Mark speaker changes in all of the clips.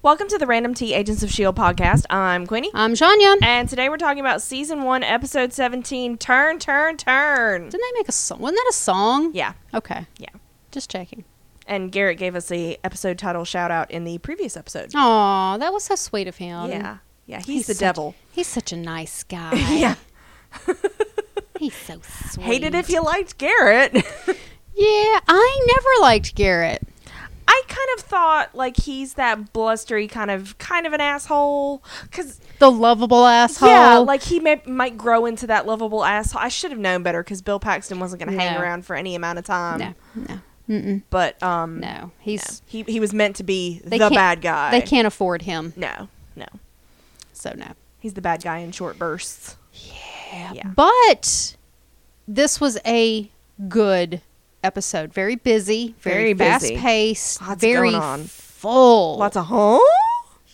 Speaker 1: Welcome to the Random T Agents of S.H.I.E.L.D. E podcast. I'm Queenie.
Speaker 2: I'm Shanya.
Speaker 1: And today we're talking about season one, episode 17 Turn, Turn, Turn.
Speaker 2: Didn't they make a song? Wasn't that a song?
Speaker 1: Yeah,
Speaker 2: Okay.
Speaker 1: yeah.
Speaker 2: Just checking.
Speaker 1: And Garrett gave us the episode title shout out in the previous episode.
Speaker 2: Aw, that was so sweet of him.
Speaker 1: yeah. Yeah. He's, the
Speaker 2: such-
Speaker 1: devil.
Speaker 2: He's such a nice guy.
Speaker 1: yeah.
Speaker 2: He's so sweet.
Speaker 1: Hate it if you liked Garrett.
Speaker 2: Yeah, I never liked Garrett.
Speaker 1: I kind of thought like he's that blustery kind of kind of an asshole cuz
Speaker 2: The lovable asshole.
Speaker 1: yeah, like he may, might grow into that lovable asshole. I should have known better cuz Bill Paxton wasn't going to hang
Speaker 2: No.
Speaker 1: around for any amount of time.
Speaker 2: No, no. Mm-mm.
Speaker 1: But um
Speaker 2: No. He's.
Speaker 1: he he was meant to be
Speaker 2: They
Speaker 1: the
Speaker 2: can't-
Speaker 1: bad guy.
Speaker 2: They can't afford him.
Speaker 1: No. No.
Speaker 2: So, no.
Speaker 1: He's the bad guy in short bursts. Yeah.
Speaker 2: But this was a good episode. Very busy, very,
Speaker 1: Very
Speaker 2: fast
Speaker 1: busy.
Speaker 2: paced,
Speaker 1: Lots
Speaker 2: very
Speaker 1: going on.
Speaker 2: full.
Speaker 1: Lots of home?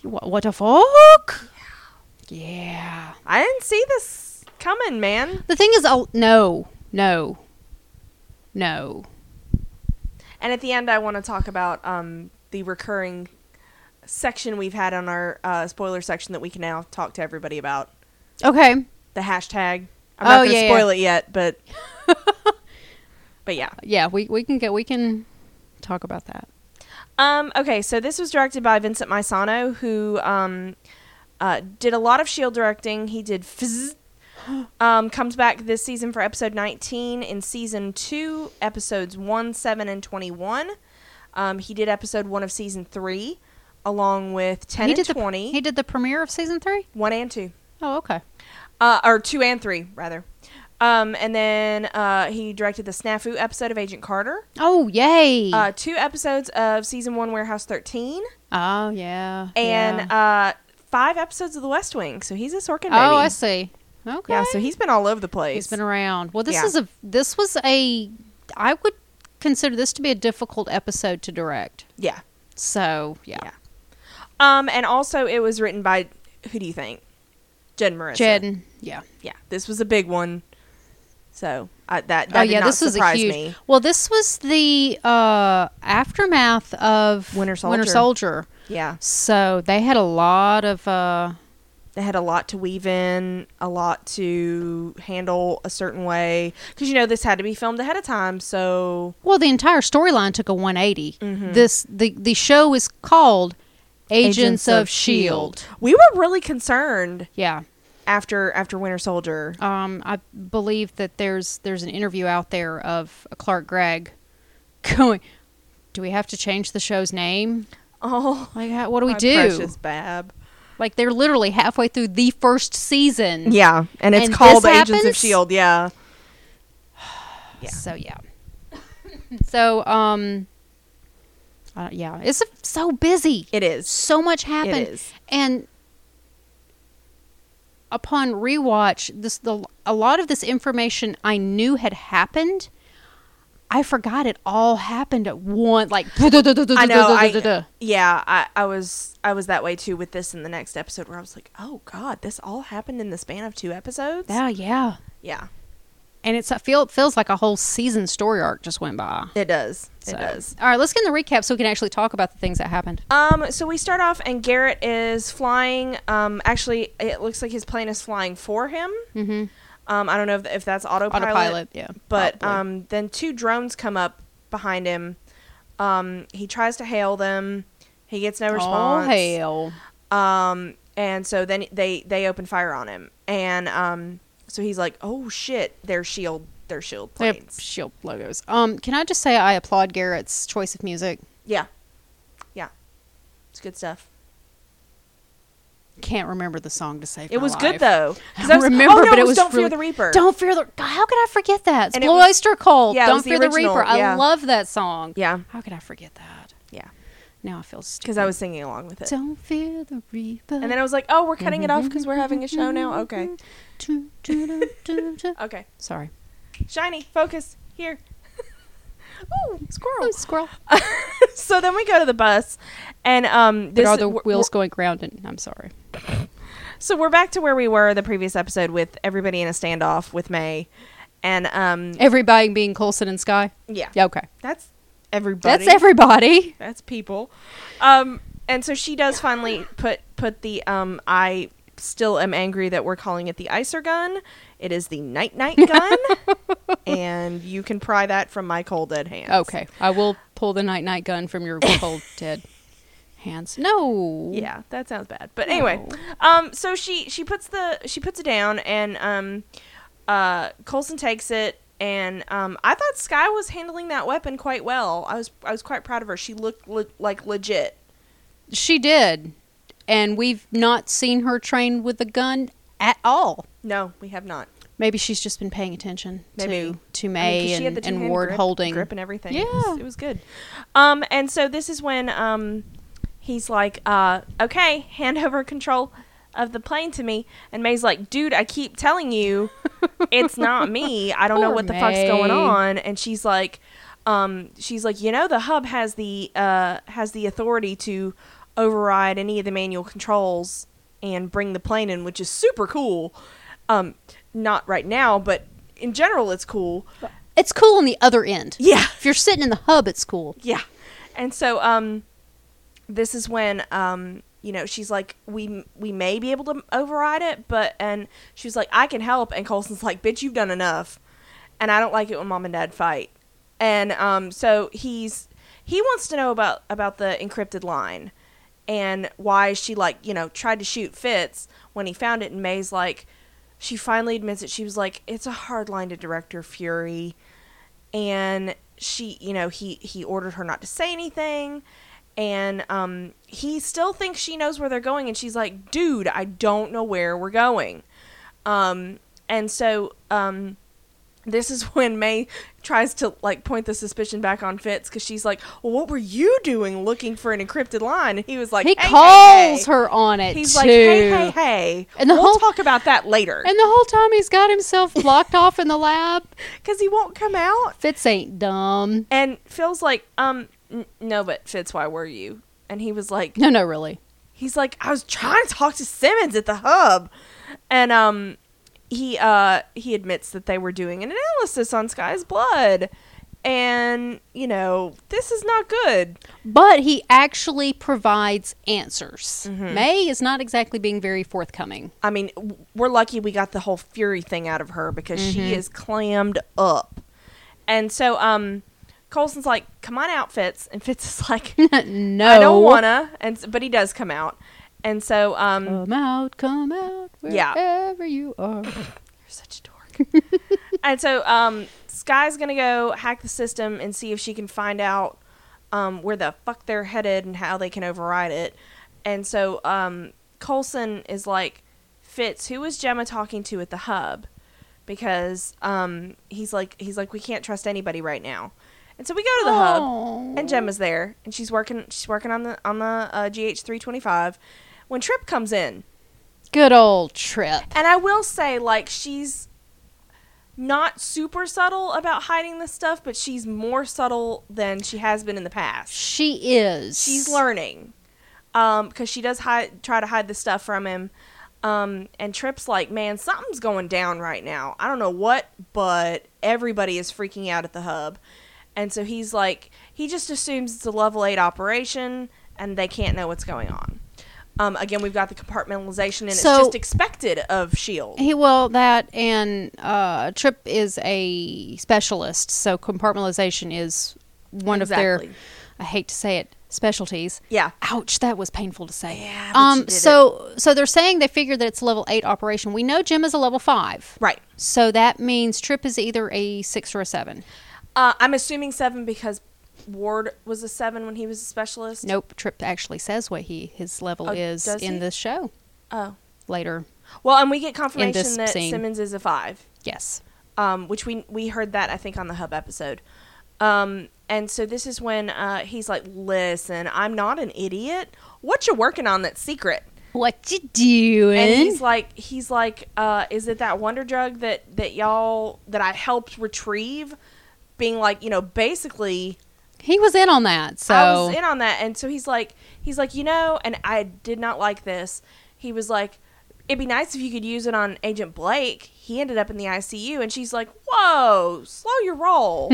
Speaker 2: What, what the fuck? Yeah.
Speaker 1: I didn't see this coming, man.
Speaker 2: The thing is, oh no, no, no.
Speaker 1: And at the end I want to talk about um the recurring section we've had on our uh, spoiler section that we can now talk to everybody about.
Speaker 2: Okay.
Speaker 1: the hashtag. I'm
Speaker 2: Oh,
Speaker 1: not gonna
Speaker 2: yeah,
Speaker 1: spoil
Speaker 2: yeah.
Speaker 1: it yet, but but yeah.
Speaker 2: Yeah, we we can get we can talk about that.
Speaker 1: Um, okay, so this was directed by Vincent Misano, who um, uh, did a lot of Shield directing. He did Fizz. Um, comes back this season for episode 19 in season 2 episodes 1 7 and 21 um, he did episode 1 of season 3 along with 10
Speaker 2: he
Speaker 1: and
Speaker 2: did the
Speaker 1: 20
Speaker 2: he did the premiere of season three.
Speaker 1: 1 and 2
Speaker 2: Oh, okay.
Speaker 1: uh, or two and three rather. Um, and then uh, he directed the Snafu episode of Agent Carter,
Speaker 2: Oh, yay!
Speaker 1: uh, two episodes of season one Warehouse 13,
Speaker 2: oh, yeah.
Speaker 1: and
Speaker 2: yeah.
Speaker 1: uh, five episodes of The West Wing. So he's a Sorkin baby.
Speaker 2: oh, I see. Okay.
Speaker 1: Yeah, so he's been all over the place.
Speaker 2: he's been around. Well, this
Speaker 1: Yeah.
Speaker 2: is a this was a I would consider this to be a difficult episode to direct.
Speaker 1: yeah,
Speaker 2: So yeah,
Speaker 1: yeah. Um, and also it was written by who do you think? Jen Marissa.
Speaker 2: Jed. Yeah.
Speaker 1: Yeah, this was a big one. So I that that
Speaker 2: oh
Speaker 1: did
Speaker 2: yeah,
Speaker 1: not
Speaker 2: this was a
Speaker 1: surprise
Speaker 2: huge.
Speaker 1: me.
Speaker 2: Well, this was the uh, aftermath of
Speaker 1: Winter Soldier.
Speaker 2: Soldier.
Speaker 1: Yeah,
Speaker 2: So they had a lot of. Uh,
Speaker 1: they had a lot to weave in, a lot to handle a certain way because you know this had to be filmed ahead of time. So
Speaker 2: well, the entire storyline took a 180.
Speaker 1: Mm-hmm.
Speaker 2: This the the show is called Agents, of,
Speaker 1: E
Speaker 2: Shield.
Speaker 1: we were really concerned
Speaker 2: E Yeah.
Speaker 1: after after Winter Soldier.
Speaker 2: Um, I believe that there's there's an interview out there of Clark Gregg going. Do we have to change the show's name?
Speaker 1: Oh,
Speaker 2: Like, how, what do we
Speaker 1: my
Speaker 2: do?
Speaker 1: precious Bab.
Speaker 2: Like, they're literally halfway through the first season.
Speaker 1: Yeah, and it's
Speaker 2: And
Speaker 1: called
Speaker 2: this
Speaker 1: Agents of
Speaker 2: happens?
Speaker 1: Shield. E Yeah, Yeah.
Speaker 2: So yeah. so um. Uh, yeah, it's so busy.
Speaker 1: it is.
Speaker 2: so much happened.
Speaker 1: is.
Speaker 2: And upon rewatch, this the a lot of this information I knew had happened. I forgot it all happened at one. Like
Speaker 1: I know. I, yeah, I, I was I was that way too with this in the next episode where I was like, oh god, this all happened in the span of two episodes.
Speaker 2: Yeah, yeah.
Speaker 1: yeah,
Speaker 2: And it's I feel it feels like a whole season story arc just went by.
Speaker 1: it does.
Speaker 2: So-
Speaker 1: It does.
Speaker 2: All right, let's get in the recap so we can actually talk about the things that happened.
Speaker 1: Um, so we start off, and Garrett is flying. Um, actually, it looks like his plane is flying for him.
Speaker 2: Mhm.
Speaker 1: Um, I don't know if, if that's autopilot.
Speaker 2: Autopilot, yeah,
Speaker 1: But
Speaker 2: probably.
Speaker 1: um, then two drones come up behind him. Um, he tries to hail them. He gets no response.
Speaker 2: Oh hell!
Speaker 1: Um, and so then they they open fire on him, and um, so he's like, "Oh shit, their shield, their shield
Speaker 2: They have
Speaker 1: planes."
Speaker 2: shield logos. Um, can I just say I applaud Garrett's choice of music?
Speaker 1: Yeah, yeah, it's good stuff.
Speaker 2: Can't remember the song to save.
Speaker 1: It
Speaker 2: my
Speaker 1: was "Oh,
Speaker 2: life.
Speaker 1: good though. 'Cause
Speaker 2: I
Speaker 1: that
Speaker 2: don't remember, but it was
Speaker 1: Don't fear
Speaker 2: really-
Speaker 1: the Reaper.
Speaker 2: Don't fear the. God, How could I forget that? It's
Speaker 1: And it
Speaker 2: Blue
Speaker 1: was-
Speaker 2: Oyster Cult.
Speaker 1: yeah, it
Speaker 2: Don't
Speaker 1: was the
Speaker 2: fear
Speaker 1: original,
Speaker 2: the Reaper.
Speaker 1: yeah.
Speaker 2: I love that song.
Speaker 1: Yeah,
Speaker 2: How could I forget that?
Speaker 1: yeah.
Speaker 2: Now I feel stupid.
Speaker 1: Because I was singing along with it.
Speaker 2: Don't fear the Reaper.
Speaker 1: and then I was like, "Oh, we're cutting it off because we're having a show now." Okay,
Speaker 2: Do, do, do, do, do.
Speaker 1: okay.
Speaker 2: Sorry.
Speaker 1: Shiny, focus here. Ooh, squirrel.
Speaker 2: Oh, squirrel.
Speaker 1: Uh, so then we go to the bus, and um,
Speaker 2: There
Speaker 1: this
Speaker 2: are the
Speaker 1: we're-
Speaker 2: wheels going round, and I'm sorry.
Speaker 1: So we're back to where we were the previous episode with everybody in a standoff with May, and um,
Speaker 2: Everybody being Colson and Sky.
Speaker 1: yeah,
Speaker 2: Yeah. Okay.
Speaker 1: that's everybody.
Speaker 2: That's everybody.
Speaker 1: That's people. Um, and so she does finally put put the um I still am angry that we're calling it the icer gun. It is the night night gun, and you can pry that from my cold dead hands.
Speaker 2: Okay, I will pull the night night gun from your cold dead hands. No.
Speaker 1: Yeah, that sounds bad. But anyway,
Speaker 2: No.
Speaker 1: um, so she she puts the she puts it down, and um, uh, Colson takes it, and um, I thought Sky was handling that weapon quite well. I was I was quite proud of her. She looked le- like legit.
Speaker 2: She did. And we've not seen her trained with a gun at all.
Speaker 1: No, we have not.
Speaker 2: Maybe she's just been paying attention
Speaker 1: Maybe.
Speaker 2: to to
Speaker 1: I mean,
Speaker 2: May
Speaker 1: 'cause she had
Speaker 2: and,
Speaker 1: the
Speaker 2: and
Speaker 1: two-hand
Speaker 2: Ward
Speaker 1: grip,
Speaker 2: holding.
Speaker 1: grip and everything. It was,
Speaker 2: Yeah.
Speaker 1: it was good. Um, and so this is when um, he's like, uh, "Okay, hand over control of the plane to me." And May's like, "Dude, I keep telling you, it's not me. I don't know
Speaker 2: Poor
Speaker 1: what the fuck's going
Speaker 2: May.
Speaker 1: on." And she's like, um, "She's like, you know, the hub has the uh, has the authority to override any of the manual controls and bring the plane in, which is super cool. Um, not right now, but." In general, it's cool.
Speaker 2: It's cool on the other end.
Speaker 1: Yeah.
Speaker 2: If you're sitting in the hub, it's cool.
Speaker 1: Yeah. And so um this is when um you know she's like we we may be able to override it but and she was like I can help and Colson's like bitch you've done enough and I don't like it when mom and dad fight. And um so he's he wants to know about about the encrypted line and why she like, you know, tried to shoot Fitz when he found it and May's like she finally admits it. She was like, "It's a hard line to Director Fury." and she you know he he ordered her not to say anything and um he still thinks she knows where they're going and she's like dude i don't know where we're going um and so um this is when may tries to like point the suspicion back on fitz because she's like well what were you doing looking for an encrypted line and he was like
Speaker 2: He
Speaker 1: "Hey, hey,
Speaker 2: calls
Speaker 1: hey."
Speaker 2: her on it.
Speaker 1: he's
Speaker 2: too.
Speaker 1: like hey hey hey
Speaker 2: And the
Speaker 1: we'll
Speaker 2: whole-
Speaker 1: talk about that later
Speaker 2: And the whole time he's got himself blocked off in the lab.
Speaker 1: because he won't come out
Speaker 2: Fitz ain't dumb.
Speaker 1: And Phil's like, um, n- no, but Fitz, why were you? And he was like,
Speaker 2: No, no, really.
Speaker 1: he's like, I was trying to talk to Simmons at the hub, and um, he uh he admits that they were doing an analysis on Sky's blood, and you know this is not good.
Speaker 2: But he actually provides answers.
Speaker 1: Mm-hmm.
Speaker 2: May is not exactly being very forthcoming.
Speaker 1: I mean, w- we're lucky we got the whole Fury thing out of her because she is clammed up, and so um, Colson's like, come on out, Fitz, and Fitz is like.
Speaker 2: no.
Speaker 1: I don't wanna, and s- but he does come out, and so um,
Speaker 2: Come out, come out,
Speaker 1: Yeah.
Speaker 2: wherever you are.
Speaker 1: You're such a dork. and so um, Sky's gonna go hack the system and see if she can find out um, where the fuck they're headed and how they can override it. And so um, Colson is like, Fitz, who was Gemma talking to at the hub? Because um, he's like, he's like, we can't trust anybody right now. And so we go to the hub, and Gemma's there, and she's working. She's working on the on the uh, GH three twenty five. When Trip comes in,
Speaker 2: Good old trip.
Speaker 1: and I will say, like, she's not super subtle about hiding this stuff, but she's more subtle than she has been in the past.
Speaker 2: She is.
Speaker 1: She's learning. Um, 'cause because she does hide, try to hide the stuff from him. Um, and Trip's like, man, something's going down right now. I don't know what, but everybody is freaking out at the hub. And so he's like, he just assumes it's a level eight operation and they can't know what's going on. Um, again, we've got the compartmentalization and
Speaker 2: So-
Speaker 1: it's just expected of S.H.I.E.L.D.
Speaker 2: He well that and uh, Trip is a specialist, so compartmentalization is one of their.
Speaker 1: Exactly.
Speaker 2: I hate to say it, specialties.
Speaker 1: Yeah.
Speaker 2: Ouch, that was painful to say.
Speaker 1: Yeah, but you
Speaker 2: um.
Speaker 1: did
Speaker 2: So so they're saying they figure that it's a level eight operation. We know Jim is a level five.
Speaker 1: Right.
Speaker 2: So that means Trip is either a six or a seven.
Speaker 1: Uh, I'm assuming seven because Ward was a seven when he was a specialist.
Speaker 2: Nope, Trip actually says what he his level
Speaker 1: Oh,
Speaker 2: is
Speaker 1: does
Speaker 2: in
Speaker 1: he?
Speaker 2: the show
Speaker 1: Oh.
Speaker 2: later.
Speaker 1: Well, and we get
Speaker 2: this
Speaker 1: confirmation that
Speaker 2: scene.
Speaker 1: Simmons is a five,
Speaker 2: Yes.
Speaker 1: um, which we we heard that I think on the hub episode. Um, and so this is when uh, he's like, "Listen, I'm not an idiot. What you working on that's secret?"
Speaker 2: What you doing?
Speaker 1: And he's like, he's like, uh, "Is it that wonder drug that that y'all that I helped retrieve?" Being like, you know, basically,
Speaker 2: he was in on that. So
Speaker 1: I was in on that, and so he's like, he's like, you know, and I did not like this. He was like, it'd be nice if you could use it on Agent Blake. He ended up in the ICU, and she's like, "Whoa, slow your roll."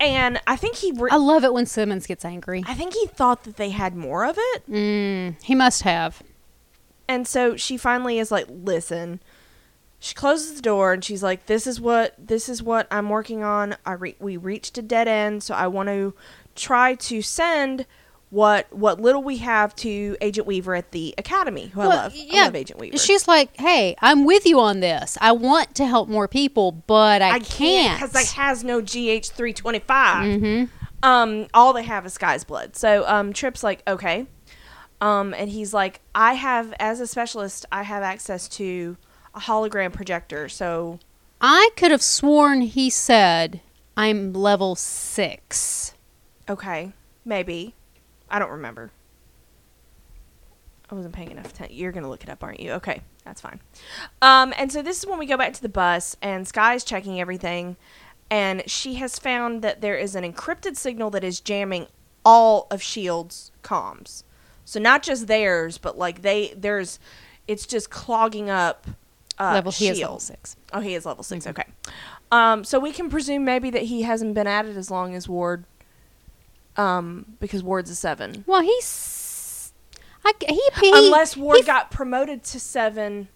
Speaker 1: and I think he, re-
Speaker 2: I love it when Simmons gets angry.
Speaker 1: I think he thought that they had more of it,
Speaker 2: Mm, he must have.
Speaker 1: and so she finally is like, "Listen." She closes the door and she's like, "This is what this is what I'm working on. I re- we reached a dead end, so I want to try to send." What what little we have to Agent Weaver at the Academy, who I
Speaker 2: Well,
Speaker 1: love. I love Agent Weaver.
Speaker 2: She's like, hey, I'm with you on this. I want to help more people, but I,
Speaker 1: I can't
Speaker 2: can't. Mm-hmm.
Speaker 1: because I has no GH three twenty five. Um, all they have is Sky's blood. So um, Trip's like, okay, um, and he's like, I have as a specialist, I have access to a hologram projector. So
Speaker 2: I could have sworn he said, I'm level six.
Speaker 1: okay, maybe I don't remember. I wasn't paying enough attention. You're gonna look it up, aren't you? Okay, that's fine. Um, and so this is when we go back to the bus, and Sky's checking everything, and she has found that there is an encrypted signal that is jamming all of Shield's comms. So not just theirs, but like they there's, it's just clogging up. Uh,
Speaker 2: level he is level
Speaker 1: Shield.
Speaker 2: six.
Speaker 1: Oh, he is level 6
Speaker 2: Mm-hmm.
Speaker 1: Okay. Um, so we can presume maybe that he hasn't been at it as long as Ward, um, because Ward's a seven.
Speaker 2: Well, he's. I, he, he,
Speaker 1: Unless Ward
Speaker 2: he-
Speaker 1: got promoted to seven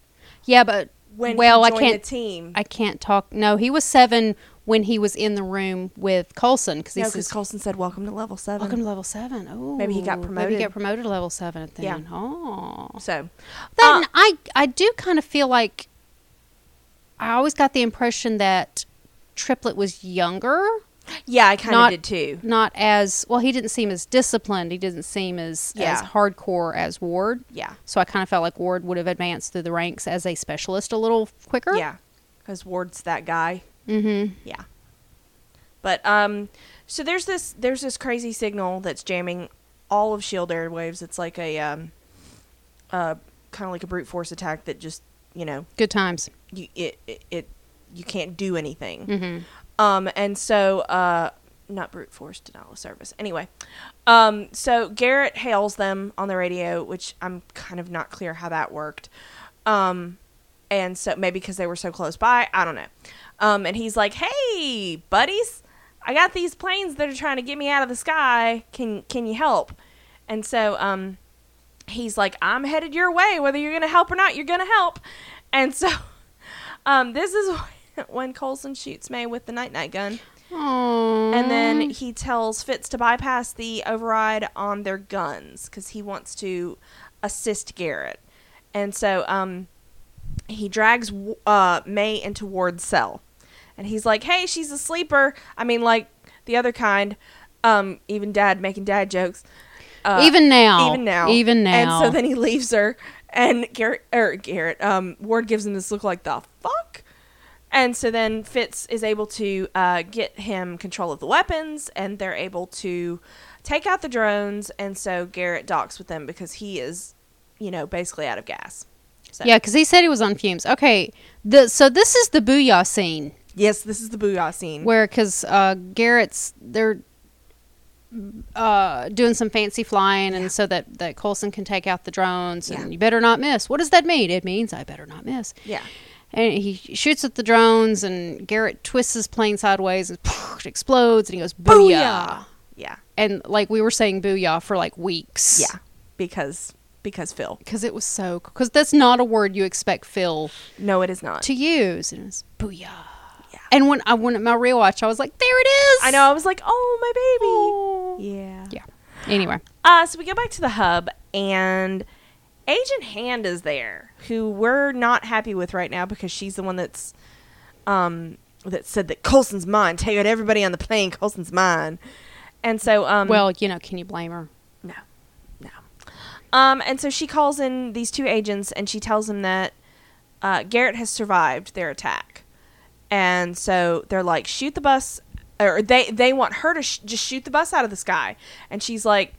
Speaker 2: Yeah, but.
Speaker 1: when
Speaker 2: well,
Speaker 1: he
Speaker 2: I
Speaker 1: joined
Speaker 2: can't.
Speaker 1: the team.
Speaker 2: I can't talk. No, he was seven when he was in the room with Colson because he
Speaker 1: no, because
Speaker 2: says,
Speaker 1: Colson said, "Welcome to level seven.
Speaker 2: "Welcome to level seven. Oh,
Speaker 1: Maybe he got
Speaker 2: Maybe he
Speaker 1: promoted.
Speaker 2: got promoted to level seven. Then.
Speaker 1: Yeah.
Speaker 2: Oh,
Speaker 1: So,
Speaker 2: Then
Speaker 1: Uh,
Speaker 2: I I do kind of feel like I always got the impression that Triplet was younger,
Speaker 1: yeah, I kind
Speaker 2: not-
Speaker 1: of did too.
Speaker 2: not as well. He didn't seem as disciplined. He didn't seem as as
Speaker 1: Yeah.
Speaker 2: hardcore as Ward.
Speaker 1: Yeah,
Speaker 2: So I kind of felt like Ward would have advanced through the ranks as a specialist a little quicker.
Speaker 1: yeah, because Ward's that guy.
Speaker 2: Mm-hmm.
Speaker 1: Yeah. But um, so there's this there's this crazy signal that's jamming all of Shield E airwaves. It's like a um, uh, kind of like a brute force attack that just you know
Speaker 2: Good times.
Speaker 1: you it it, it you can't do anything.
Speaker 2: Mm-hmm.
Speaker 1: Um, and so, uh, not brute force denial of service. Anyway, um, so Garrett hails them on the radio, which I'm kind of not clear how that worked. Um, and so maybe because they were so close by, I don't know. Um, and he's like, "Hey, buddies, I got these planes that are trying to get me out of the sky. Can can you help?" And so, um, he's like, I'm headed your way. Whether you're going to help or not, you're going to help. And so um, this is when Colson shoots May with the night night gun. And then he tells Fitz to bypass the override on their guns because he wants to assist Garrett. And so um, he drags uh, May into Ward's cell. And he's like, hey, she's a sleeper. I mean, like the other kind. Um, even dad making dad jokes. Uh,
Speaker 2: even now,
Speaker 1: even now,
Speaker 2: even now.
Speaker 1: And so then he leaves her, and Garrett, or Garrett, um, Ward gives him this look like the fuck. And so then Fitz is able to uh, get him control of the weapons, and they're able to take out the drones. And so Garrett docks with them because he is, you know, basically out of gas. So,
Speaker 2: yeah, because he said he was on fumes. Okay, the so this is the booyah scene.
Speaker 1: Yes, this is the booyah scene.
Speaker 2: where because uh, Garrett's they're uh, doing some fancy flying, and so that that Colson can take out the drones, and
Speaker 1: Yeah.
Speaker 2: you better not miss. What does that mean? It means I better not miss.
Speaker 1: yeah.
Speaker 2: And he shoots at the drones, and Garrett twists his plane sideways, and it explodes, and he goes booyah.
Speaker 1: Yeah.
Speaker 2: And like we were saying, booyah for like weeks.
Speaker 1: Yeah. Because because Phil.
Speaker 2: because it was so because that's not a word you expect Phil
Speaker 1: No, it is not.
Speaker 2: to use, and it was booyah. And when I went at my rewatch, I was like, "There it is."
Speaker 1: I know. I was like, oh, my baby. Yeah.
Speaker 2: Yeah. Anyway.
Speaker 1: Uh, so we go back to the hub, and Agent Hand is there, who we're not happy with right now because she's the one that's um, that said that Colson's mine. Take out everybody on the plane. Colson's mine. And so, um,
Speaker 2: Well, you know, can you blame her?
Speaker 1: no, no. Um, and so she calls in these two agents, and she tells them that uh, Garrett has survived their attack, and so they're like, shoot the bus, or they they want her to sh- just shoot the bus out of the sky, and she's like,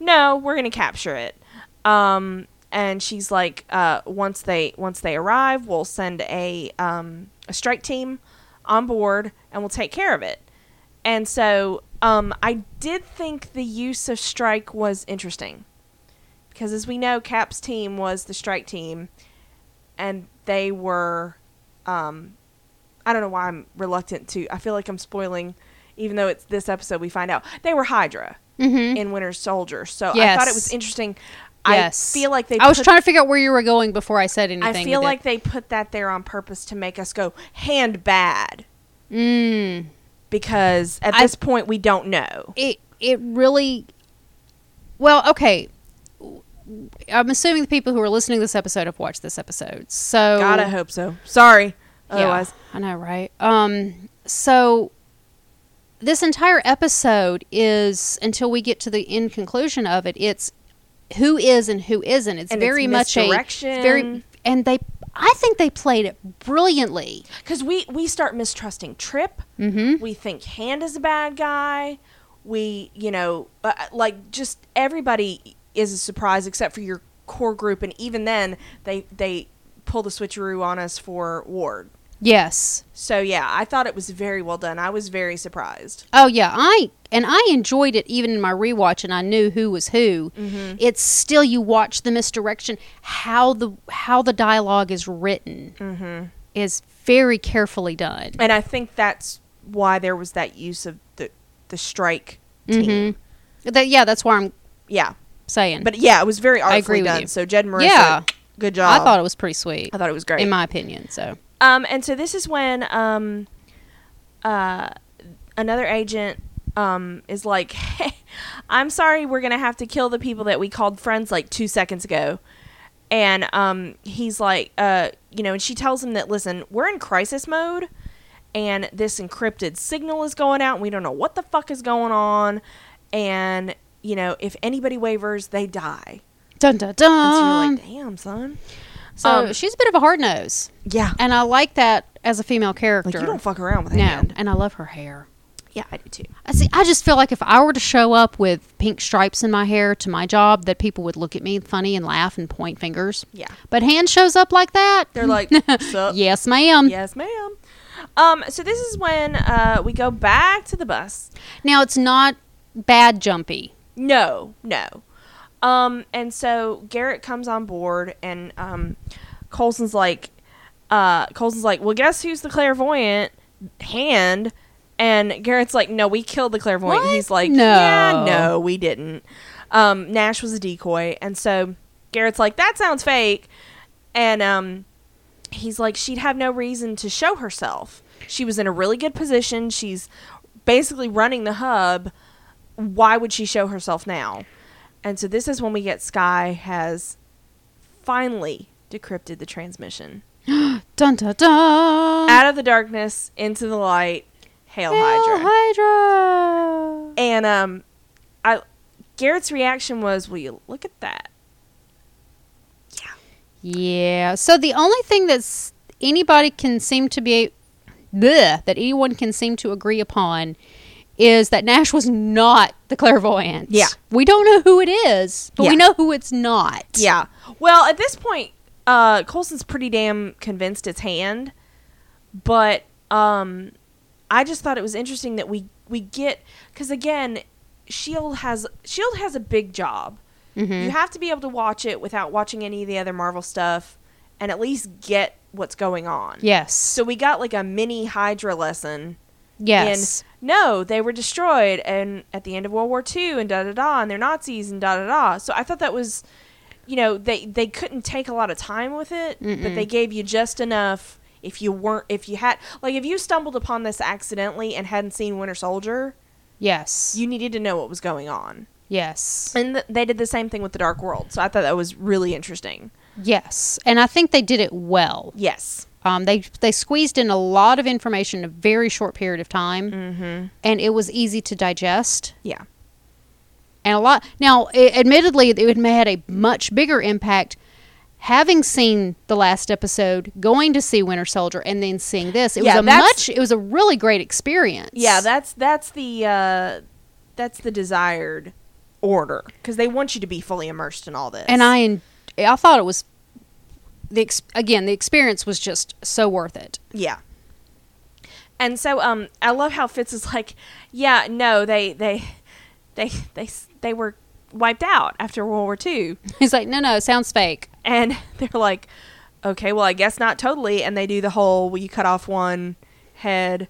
Speaker 1: no, we're gonna capture it. Um, and she's like, uh, once they once they arrive, we'll send a um, a strike team on board, and we'll take care of it. And so um, I did think the use of strike was interesting because, as we know, Cap's team was the strike team, and they were, um, I don't know why I'm reluctant to. I feel like I'm spoiling, even though it's this episode we find out they were Hydra in Winter Soldier. So I thought it
Speaker 2: Mm-hmm. Yes.
Speaker 1: was interesting.
Speaker 2: Yes.
Speaker 1: I feel like they.
Speaker 2: I was
Speaker 1: put-
Speaker 2: trying to figure out where you were going before I said
Speaker 1: I
Speaker 2: anything.
Speaker 1: feel
Speaker 2: with it.
Speaker 1: like they put that there on purpose to make us go hand bad
Speaker 2: Mm.
Speaker 1: because at
Speaker 2: I-
Speaker 1: this point we don't know.
Speaker 2: it it really well okay i'm assuming the people who are listening to this episode have watched this episode so
Speaker 1: God, I hope so. Sorry.
Speaker 2: Oh. Yeah,
Speaker 1: Otherwise,
Speaker 2: i know right um so this entire episode is until we get to the end conclusion of it it's who is and who isn't it's
Speaker 1: And it's
Speaker 2: very much a it's very
Speaker 1: misdirection.
Speaker 2: and they i think they played it brilliantly
Speaker 1: because we we start mistrusting Trip.
Speaker 2: mm-hmm
Speaker 1: We think Hand is a bad guy. We, you know, uh, like just everybody is a surprise except for your core group, and even then, they they pull the switcheroo on us for Ward.
Speaker 2: yes
Speaker 1: So yeah, I thought it was very well done. I was very surprised.
Speaker 2: Oh yeah, I and I enjoyed it even in my rewatch, and I knew who was who.
Speaker 1: Mm-hmm.
Speaker 2: It's still you watch the misdirection, how the how the dialogue is written
Speaker 1: Mm-hmm.
Speaker 2: is very carefully done.
Speaker 1: and I think that's why there was that use of the the strike
Speaker 2: Mm-hmm.
Speaker 1: team.
Speaker 2: That yeah, that's why I'm
Speaker 1: Yeah,
Speaker 2: saying.
Speaker 1: but yeah, it was very artfully
Speaker 2: agree with
Speaker 1: done.
Speaker 2: you.
Speaker 1: So Jed Marissa,
Speaker 2: Yeah.
Speaker 1: good
Speaker 2: I
Speaker 1: job.
Speaker 2: thought it was pretty sweet.
Speaker 1: I thought it was great.
Speaker 2: in my opinion. So
Speaker 1: um, and so this is when um, uh, another agent um is like, hey, I'm sorry, we're gonna have to kill the people that we called friends like two seconds ago. And um, he's like, uh, you know, and she tells him that, listen, we're in crisis mode, and this encrypted signal is going out, and we don't know what the fuck is going on, and you know, if anybody wavers, they die.
Speaker 2: dun dun
Speaker 1: And so
Speaker 2: dun.
Speaker 1: you're like, damn, son.
Speaker 2: so
Speaker 1: um,
Speaker 2: she's a bit of a hard nose,
Speaker 1: Yeah.
Speaker 2: and I like that as a female character.
Speaker 1: Like you don't fuck around with
Speaker 2: no,
Speaker 1: hand.
Speaker 2: and I love her hair.
Speaker 1: Yeah, I do too.
Speaker 2: I see. I just feel like if I were to show up with pink stripes in my hair to my job, that people would look at me funny and laugh and point fingers.
Speaker 1: Yeah.
Speaker 2: But hand shows up like that.
Speaker 1: They're like, "Sup?"
Speaker 2: yes, ma'am.
Speaker 1: Yes, ma'am. Um, so this is when uh, we go back to the bus.
Speaker 2: Now it's not bad jumpy.
Speaker 1: No, no. Um, and so Garrett comes on board, and um, Colson's like, uh, Colson's like, well, guess who's the clairvoyant hand? And Garrett's like, no, we killed the clairvoyant.
Speaker 2: What?
Speaker 1: He's like,
Speaker 2: No.
Speaker 1: yeah, no, we didn't. Um, Nash was a decoy, and so Garrett's like, that sounds fake. And um, he's like, she'd have no reason to show herself. She was in a really good position. She's basically running the hub why would she show herself now? And so this is when we get Sky has finally decrypted the transmission
Speaker 2: Dun dun dun.
Speaker 1: out of the darkness into the light. Hail,
Speaker 2: Hail
Speaker 1: Hydra!
Speaker 2: Hydra.
Speaker 1: and um, I Garrett's reaction was, "Will you look at that?"
Speaker 2: Yeah. So the only thing that's anybody can seem to be, bleh, that anyone can seem to agree upon, is that Nash was not the clairvoyant.
Speaker 1: Yeah.
Speaker 2: We don't know who it is, but we
Speaker 1: Yeah.
Speaker 2: know who it's not.
Speaker 1: Yeah. Well, at this point, uh, Colson's pretty damn convinced it's hand, but um, I just thought it was interesting that we we get because again, Shield E has Shield has a big job. You have to be able to watch it without watching any of the other Marvel stuff, and at least get what's going on.
Speaker 2: Yes.
Speaker 1: So we got like a mini Hydra lesson
Speaker 2: yes.
Speaker 1: in no, they were destroyed and at the end of World War II and da da da and they're Nazis and da da da. So I thought that was you know, they they couldn't take a lot of time with it, but they gave you just enough if you weren't if you had like if you stumbled upon this accidentally and hadn't seen Winter Soldier,
Speaker 2: yes.
Speaker 1: you needed to know what was going on.
Speaker 2: yes.
Speaker 1: And th- they did the same thing with the Dark World. So I thought that was really interesting.
Speaker 2: yes. And I think they did it well.
Speaker 1: Yes.
Speaker 2: Um, they they squeezed in a lot of information in a very short period of time, mm-hmm. and it was easy to digest.
Speaker 1: Yeah.
Speaker 2: and a lot now i admittedly it would have had a much bigger impact having seen the last episode going to see winter soldier and then seeing this it
Speaker 1: Yeah,
Speaker 2: was a
Speaker 1: that's-
Speaker 2: much it was a really great experience
Speaker 1: Yeah, that's that's the uh, that's the desired order because they want you to be fully immersed in all this.
Speaker 2: and i en- i thought it was the ex- again the experience was just so worth it
Speaker 1: yeah. And so um, I love how Fitz is like, yeah, no, they they they they s- they were wiped out after World War II,
Speaker 2: he's like no no sounds fake
Speaker 1: and they're like, okay, well, I guess not totally. And they do the whole, well, you cut off one head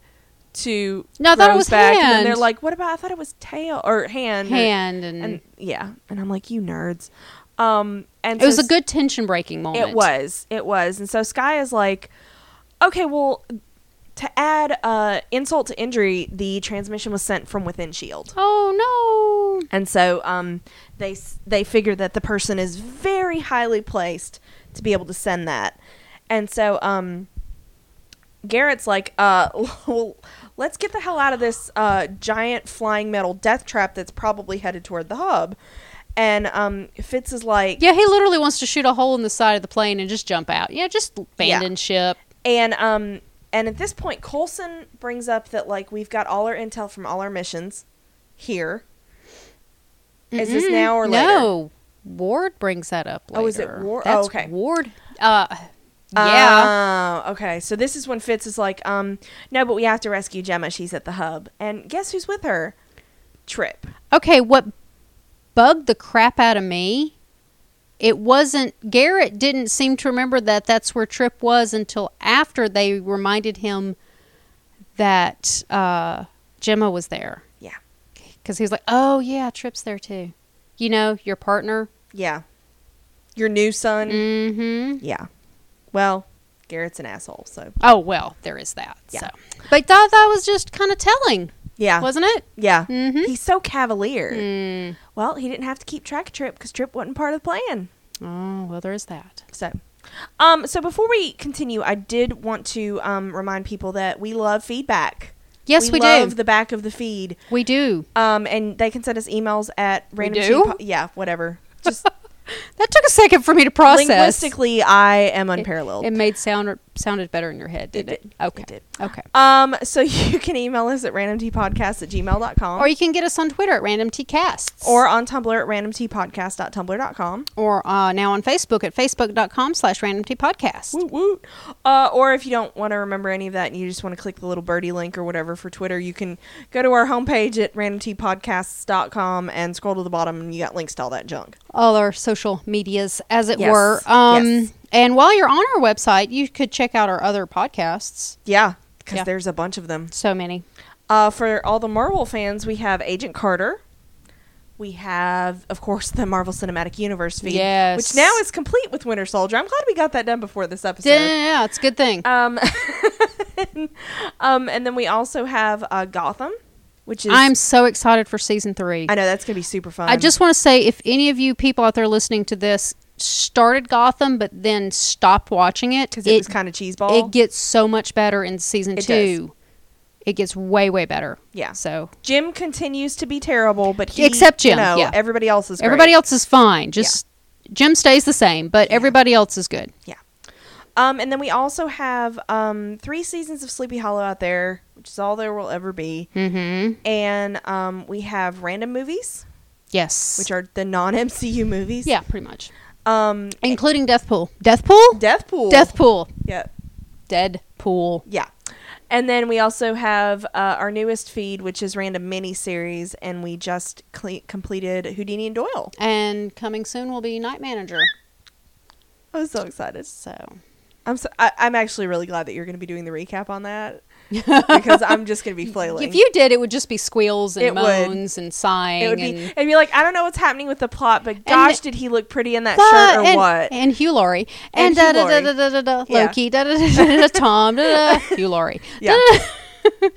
Speaker 1: to
Speaker 2: No, I thought it was
Speaker 1: back, and then they're
Speaker 2: hand.
Speaker 1: like, what about? I thought it was tail or hand, or-
Speaker 2: Hand and,
Speaker 1: and yeah. And I'm like, you nerds. Um, and
Speaker 2: it was
Speaker 1: so
Speaker 2: a good tension breaking moment.
Speaker 1: It was. It was. And so Sky is like, okay, well, to add uh, insult to injury, the transmission was sent from within Shield.
Speaker 2: Oh no.
Speaker 1: E And so um, they s- they figure that the person is very highly placed to be able to send that. And so um, Garrett's like, uh, well, let's get the hell out of this uh, giant flying metal death trap that's probably headed toward the hub. And um, Fitz is like,
Speaker 2: Yeah, he literally wants to shoot a hole in the side of the plane and just jump out. Yeah, just abandon ship.
Speaker 1: And um and at this point Colson brings up that like we've got all our intel from all our missions here. Is this now or later?
Speaker 2: No, Ward brings that up later.
Speaker 1: Oh, is it Ward? Oh,
Speaker 2: That's
Speaker 1: okay.
Speaker 2: Ward. Uh, yeah.
Speaker 1: Oh, okay. So this is when Fitz is like, um, no, but we have to rescue Gemma. She's at the hub. And guess who's with her? Trip.
Speaker 2: okay, what bugged the crap out of me? It wasn't Garrett didn't seem to remember that that's where Trip was until after they reminded him that uh, Gemma was there
Speaker 1: Yeah.
Speaker 2: because he was like, "Oh yeah, Trip's there too." You know, your partner.
Speaker 1: Yeah. Your new son.
Speaker 2: Mm-hmm.
Speaker 1: Yeah. Well, Garrett's an asshole, so
Speaker 2: Oh well, there is that.
Speaker 1: Yeah.
Speaker 2: So. But that that was just kind of telling,
Speaker 1: yeah.
Speaker 2: wasn't it?
Speaker 1: yeah.
Speaker 2: Mhm.
Speaker 1: He's so cavalier.
Speaker 2: Mm.
Speaker 1: Well, he didn't have to keep track of Trip because Trip wasn't part of the plan.
Speaker 2: Oh well, there is that.
Speaker 1: So, um, so before we continue, I did want to um, remind people that we love feedback.
Speaker 2: Yes, we,
Speaker 1: love
Speaker 2: do.
Speaker 1: the back of the feed.
Speaker 2: we do.
Speaker 1: Um, and they can send us emails at random.
Speaker 2: do?
Speaker 1: po- yeah, whatever. Just
Speaker 2: That took a second for me to process.
Speaker 1: linguistically, I am unparalleled.
Speaker 2: It made sound sounded better in your head, did it?
Speaker 1: did.
Speaker 2: Okay.
Speaker 1: It did.
Speaker 2: Okay.
Speaker 1: um, so you can email us at randomtpodcast at gmail.com
Speaker 2: Or you can get us on Twitter at randomtcasts.
Speaker 1: or on Tumblr at randomtpodcast.tumblr.com.
Speaker 2: or uh, now on Facebook at facebook.com slash randomtpodcast.
Speaker 1: Woot woot. Uh, or if you don't want to remember any of that and you just want to click the little birdie link or whatever for Twitter, you can go to our homepage at randomtpodcasts.com and scroll to the bottom and you got links to all that junk.
Speaker 2: All our social medias, as it
Speaker 1: Yes.
Speaker 2: were. Um,
Speaker 1: Yes.
Speaker 2: And while you're on our website, you could check out our other podcasts.
Speaker 1: Yeah, because
Speaker 2: Yeah.
Speaker 1: there's a bunch of them.
Speaker 2: So many.
Speaker 1: Uh, for all the Marvel fans, we have Agent Carter. We have, of course, the Marvel Cinematic Universe feed,
Speaker 2: Yes.
Speaker 1: which now is complete with Winter Soldier. I'm glad we got that done before this episode.
Speaker 2: Yeah, yeah, yeah, it's a good thing.
Speaker 1: Um, um, and then we also have uh, Gotham, which is
Speaker 2: I'm so excited for season three.
Speaker 1: I know that's gonna be super fun.
Speaker 2: I just want to say if any of you people out there listening to this started Gotham but then stopped watching it,
Speaker 1: because it, was kind of cheeseball.
Speaker 2: it gets so much better in season
Speaker 1: It
Speaker 2: two. It gets way way better.
Speaker 1: Yeah.
Speaker 2: So
Speaker 1: Jim continues to be terrible, but he,
Speaker 2: Except Jim,
Speaker 1: You know,
Speaker 2: yeah.
Speaker 1: everybody else is. Great.
Speaker 2: everybody else is fine. Just Jim stays the same, but everybody else is good.
Speaker 1: Yeah. Um, and then we also have um, three seasons of Sleepy Hollow out there, which is all there will ever be.
Speaker 2: Mm-hmm.
Speaker 1: And um, we have random movies,
Speaker 2: Yes.
Speaker 1: which are the non MCU movies.
Speaker 2: yeah, pretty much,
Speaker 1: Um,
Speaker 2: including Deathpool. Deathpool.
Speaker 1: Deathpool.
Speaker 2: Deathpool.
Speaker 1: Yeah.
Speaker 2: Deadpool.
Speaker 1: Yeah. And then we also have uh, our newest feed, which is random mini series, and we just cle completed Houdini and Doyle.
Speaker 2: And coming soon will be Night Manager.
Speaker 1: I was so excited.
Speaker 2: So
Speaker 1: I'm so, I, I'm actually really glad that you're going to be doing the recap on that because I'm just going to be flailing.
Speaker 2: if you did, it would just be squeals and
Speaker 1: It would.
Speaker 2: moans and sighing.
Speaker 1: it would be
Speaker 2: and,
Speaker 1: it'd be like I don't know what's happening with the plot, but gosh, did he look pretty in that
Speaker 2: Ah,
Speaker 1: shirt or
Speaker 2: and,
Speaker 1: what?
Speaker 2: And Hugh Laurie.
Speaker 1: And
Speaker 2: And,
Speaker 1: Hugh
Speaker 2: da, da, da,
Speaker 1: Laurie.
Speaker 2: da, da, da, da,
Speaker 1: Yeah.
Speaker 2: Loki. Da, da, da, da, da, Tom. Da, da, Hugh Laurie.
Speaker 1: Yeah.
Speaker 2: Da, da,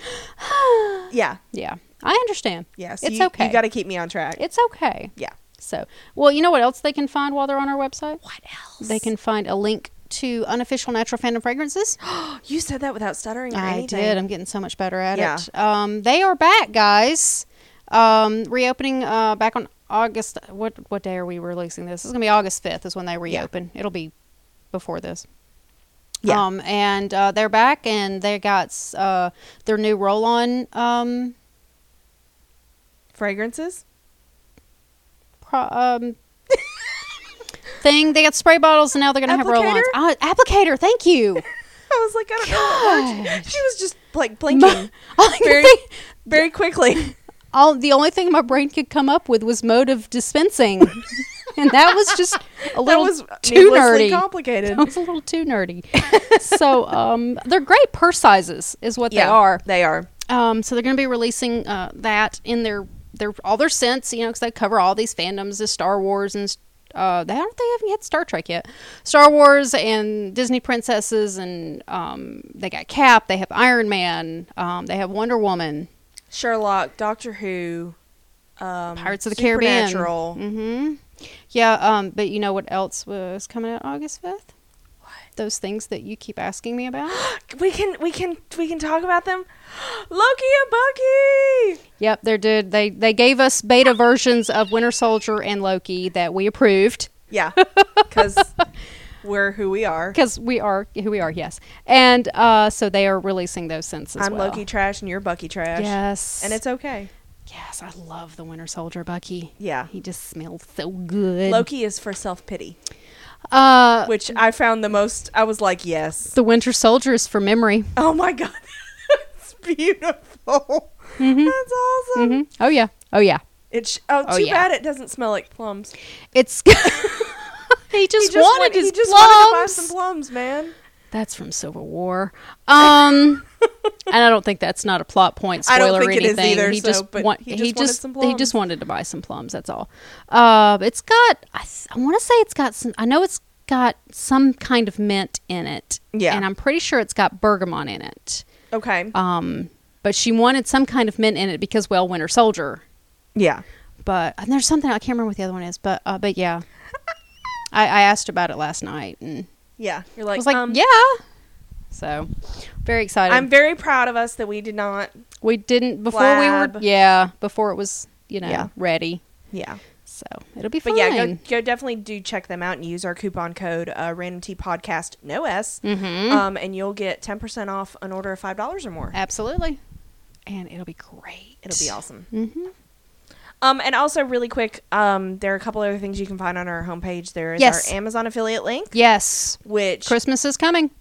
Speaker 1: yeah,
Speaker 2: yeah. I understand.
Speaker 1: yeah. So
Speaker 2: it's
Speaker 1: you,
Speaker 2: okay.
Speaker 1: You got to keep me on track.
Speaker 2: it's okay.
Speaker 1: yeah.
Speaker 2: So, well, you know what else they can find while they're on our website?
Speaker 1: What else?
Speaker 2: They can find a link to unofficial natural fandom fragrances.
Speaker 1: You said that without stuttering or
Speaker 2: I
Speaker 1: anything.
Speaker 2: did. um, I'm getting so much better at
Speaker 1: Yeah.
Speaker 2: it. Um, they are back, guys. Um, reopening uh, back on August. What what day are we releasing this? It's gonna be August 5th is when they reopen. It'll be before this.
Speaker 1: Yeah.
Speaker 2: Um, and uh, they're back, and they got uh, their new roll-on um,
Speaker 1: Fragrances.
Speaker 2: pro- um, thing. They got spray bottles, and now they're gonna have roll-ons. Oh, applicator. Thank you.
Speaker 1: I was like, I don't know. What much. She was just like blinking
Speaker 2: All I could
Speaker 1: very,
Speaker 2: think-
Speaker 1: very quickly.
Speaker 2: all the only thing my brain could come up with was mode of dispensing. and that was just a
Speaker 1: That
Speaker 2: little
Speaker 1: was
Speaker 2: too
Speaker 1: needlessly
Speaker 2: nerdy.
Speaker 1: complicated.
Speaker 2: That was a little too nerdy. so um, they're great purse sizes, is what
Speaker 1: Yeah,
Speaker 2: they are.
Speaker 1: They are.
Speaker 2: Um, so they're going to be releasing uh, that in their their all their sense, you know, because they cover all these fandoms, the Star Wars and uh, they I don't think they haven't had Star Trek yet. Star Wars and Disney princesses, and um, they got Cap, they have Iron Man, um, they have Wonder Woman.
Speaker 1: Sherlock, Doctor Who, um,
Speaker 2: Pirates of the Caribbean.
Speaker 1: Supernatural.
Speaker 2: hmm Yeah, um, but you know what else was coming out August fifth? What? Those things that you keep asking me about.
Speaker 1: We can we can we can talk about them. Loki and Bucky.
Speaker 2: Yep, they did. They they gave us beta versions of Winter Soldier and Loki that we approved
Speaker 1: Yeah, because we're who we are.
Speaker 2: because we are who we are. Yes, and uh, so they are releasing those since as
Speaker 1: I'm
Speaker 2: well.
Speaker 1: Loki trash and you're Bucky trash.
Speaker 2: Yes,
Speaker 1: and it's okay.
Speaker 2: yes. I love the Winter Soldier, Bucky.
Speaker 1: Yeah.
Speaker 2: he just smells so good.
Speaker 1: Loki is for self pity,
Speaker 2: uh,
Speaker 1: which I found the most. I was like, yes.
Speaker 2: the Winter Soldier is for memory.
Speaker 1: Oh my god, it's beautiful.
Speaker 2: Mm-hmm.
Speaker 1: That's awesome.
Speaker 2: hmm Oh yeah, oh yeah.
Speaker 1: It's oh, too
Speaker 2: Oh, yeah.
Speaker 1: bad it doesn't smell like plums.
Speaker 2: It's he just wanted
Speaker 1: want-
Speaker 2: his
Speaker 1: he just wanted to buy
Speaker 2: plums.
Speaker 1: some plums, man.
Speaker 2: That's from Civil War. Um, and I don't think that's not a plot point
Speaker 1: I
Speaker 2: spoiler
Speaker 1: don't
Speaker 2: or
Speaker 1: think it is
Speaker 2: anything.
Speaker 1: either,
Speaker 2: he
Speaker 1: so-
Speaker 2: just
Speaker 1: but
Speaker 2: want,
Speaker 1: he
Speaker 2: he,
Speaker 1: just wanted
Speaker 2: just
Speaker 1: some
Speaker 2: he
Speaker 1: plums.
Speaker 2: just wanted to buy some plums. That's all. Uh, it's got I, s- I want to say it's got some. I know it's got some kind of mint in it.
Speaker 1: Yeah.
Speaker 2: and I'm pretty sure it's got bergamot in it.
Speaker 1: Okay.
Speaker 2: Um, but she wanted some kind of mint in it because well, Winter Soldier.
Speaker 1: yeah.
Speaker 2: But and there's something I can't remember what the other one is. But uh, but yeah, I, I asked about it last night and.
Speaker 1: Yeah. You're like,
Speaker 2: I was like,
Speaker 1: um,
Speaker 2: yeah. So, very excited.
Speaker 1: I'm very proud of us that we did not.
Speaker 2: we didn't before we
Speaker 1: Blab.
Speaker 2: were, yeah, before it was, you know,
Speaker 1: Yeah.
Speaker 2: ready.
Speaker 1: Yeah.
Speaker 2: So it'll be
Speaker 1: But
Speaker 2: fine.
Speaker 1: yeah, go, go definitely do check them out and use our coupon code uh, Random Tea Podcast No S,
Speaker 2: Mhm.
Speaker 1: um, and you'll get ten percent off an order of five dollars or more.
Speaker 2: Absolutely, and it'll be great.
Speaker 1: It'll be awesome.
Speaker 2: Mm-hmm.
Speaker 1: Um, and also really quick, um, there are a couple other things you can find on our homepage. There is
Speaker 2: Yes.
Speaker 1: our Amazon affiliate link,
Speaker 2: Yes,
Speaker 1: which
Speaker 2: Christmas is coming.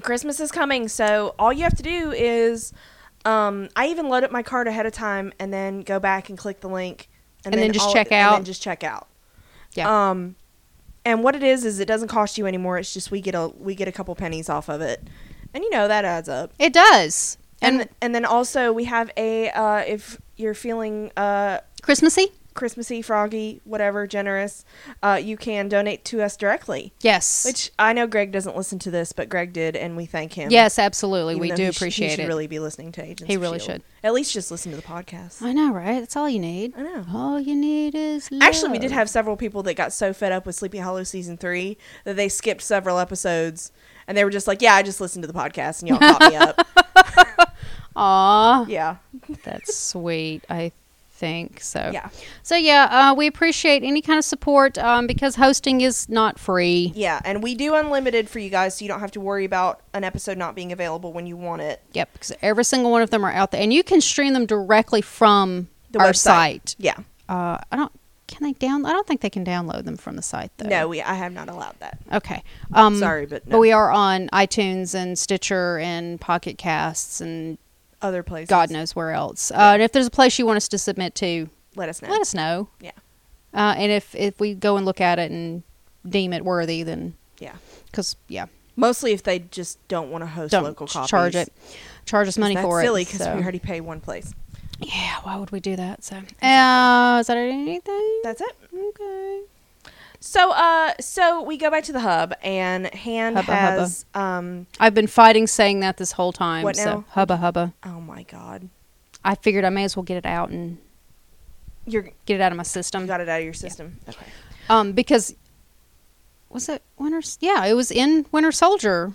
Speaker 1: Christmas is coming, so all you have to do is, um, I even load up my cart ahead of time and then go back and click the link,
Speaker 2: And then just check
Speaker 1: and then
Speaker 2: out.
Speaker 1: just check out.
Speaker 2: Yeah.
Speaker 1: Um, and what it is is it doesn't cost you anymore. It's just we get a we get a couple pennies off of it, and you know that adds up.
Speaker 2: It does. And,
Speaker 1: And and, then also we have a uh, if you're feeling uh,
Speaker 2: Christmassy?
Speaker 1: Christmassy, froggy, whatever, generous, uh, you can donate to us directly.
Speaker 2: Yes.
Speaker 1: Which I know Greg doesn't listen to this, but Greg did, and we thank him.
Speaker 2: yes, absolutely.
Speaker 1: Even
Speaker 2: We
Speaker 1: though
Speaker 2: do
Speaker 1: he sh-
Speaker 2: appreciate
Speaker 1: he should
Speaker 2: it.
Speaker 1: really be listening to Agents.
Speaker 2: He
Speaker 1: of
Speaker 2: really
Speaker 1: S.H.I.E.L.D..
Speaker 2: should.
Speaker 1: E At least just listen to the podcast.
Speaker 2: I know, right? That's all you need.
Speaker 1: I know.
Speaker 2: All you need is love.
Speaker 1: Actually, we did have several people that got so fed up with Sleepy Hollow season three that they skipped several episodes, and they were just like, "Yeah, I just listened to the podcast, and y'all caught me up."
Speaker 2: Aw,
Speaker 1: Yeah,
Speaker 2: That's sweet. I think so.
Speaker 1: Yeah.
Speaker 2: So yeah, uh, we appreciate any kind of support um, because hosting is not free.
Speaker 1: yeah, and we do unlimited for you guys, so you don't have to worry about an episode not being available when you want it.
Speaker 2: Yep. Because every single one of them are out there, and you can stream them directly from
Speaker 1: The
Speaker 2: our
Speaker 1: website.
Speaker 2: site.
Speaker 1: Yeah,
Speaker 2: Uh, I don't. Can they down? I don't think they can download them from the site though.
Speaker 1: no, we I have not allowed that.
Speaker 2: Okay. Um,
Speaker 1: Sorry, but no.
Speaker 2: But we are on iTunes and Stitcher and Pocket Casts and
Speaker 1: Other places,
Speaker 2: God knows where else. Uh, and if there's a place you want us to submit to,
Speaker 1: Let us know.
Speaker 2: let us know.
Speaker 1: Yeah,
Speaker 2: Uh, and if if we go and look at it and deem it worthy, then
Speaker 1: yeah.
Speaker 2: because yeah,
Speaker 1: Mostly if they just don't want to host
Speaker 2: don't
Speaker 1: local
Speaker 2: ch-
Speaker 1: copies.
Speaker 2: charge it, charge us money
Speaker 1: That's
Speaker 2: for
Speaker 1: silly
Speaker 2: it.
Speaker 1: because
Speaker 2: so-
Speaker 1: we already pay one place.
Speaker 2: yeah, why would we do that? So, uh, is that anything?
Speaker 1: That's it. Mm-hmm.
Speaker 2: okay.
Speaker 1: So, uh, so we go back to the hub, and Hand
Speaker 2: Hubba hubba.
Speaker 1: has, um,
Speaker 2: I've been fighting saying that this whole time.
Speaker 1: What
Speaker 2: so
Speaker 1: now?
Speaker 2: hubba hubba.
Speaker 1: oh my god,
Speaker 2: I figured I may as well get it out and
Speaker 1: You're,
Speaker 2: get it out of my
Speaker 1: you
Speaker 2: system.
Speaker 1: got it out of your system. Okay.
Speaker 2: Um, because was it Winter? S- Yeah, it was in Winter Soldier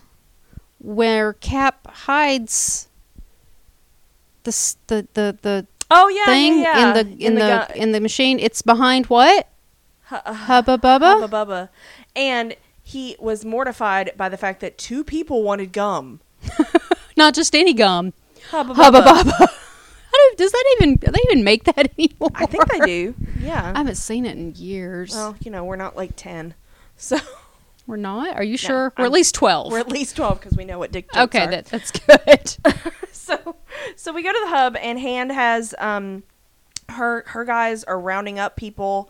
Speaker 2: where Cap hides the s- the the the
Speaker 1: Oh yeah,
Speaker 2: thing
Speaker 1: yeah, yeah.
Speaker 2: in the in, the,
Speaker 1: gu-
Speaker 2: in the machine. It's behind what?
Speaker 1: hu- uh,
Speaker 2: Hubba bubba.
Speaker 1: hubba bubba, and he was mortified by the fact that two people wanted gum.
Speaker 2: Not just any gum.
Speaker 1: Hubba
Speaker 2: Hubba bubba. How do, does that even? Do they even make that anymore?
Speaker 1: I think they do. Yeah.
Speaker 2: I haven't seen it in years.
Speaker 1: well, you know, we're not like ten, so
Speaker 2: we're not. Are you sure? we're
Speaker 1: I'm-
Speaker 2: at least twelve.
Speaker 1: we're at least twelve because we know what dick jokes
Speaker 2: okay,
Speaker 1: are.
Speaker 2: that, that's good.
Speaker 1: so so we go to the hub and hand has um her her guys are rounding up people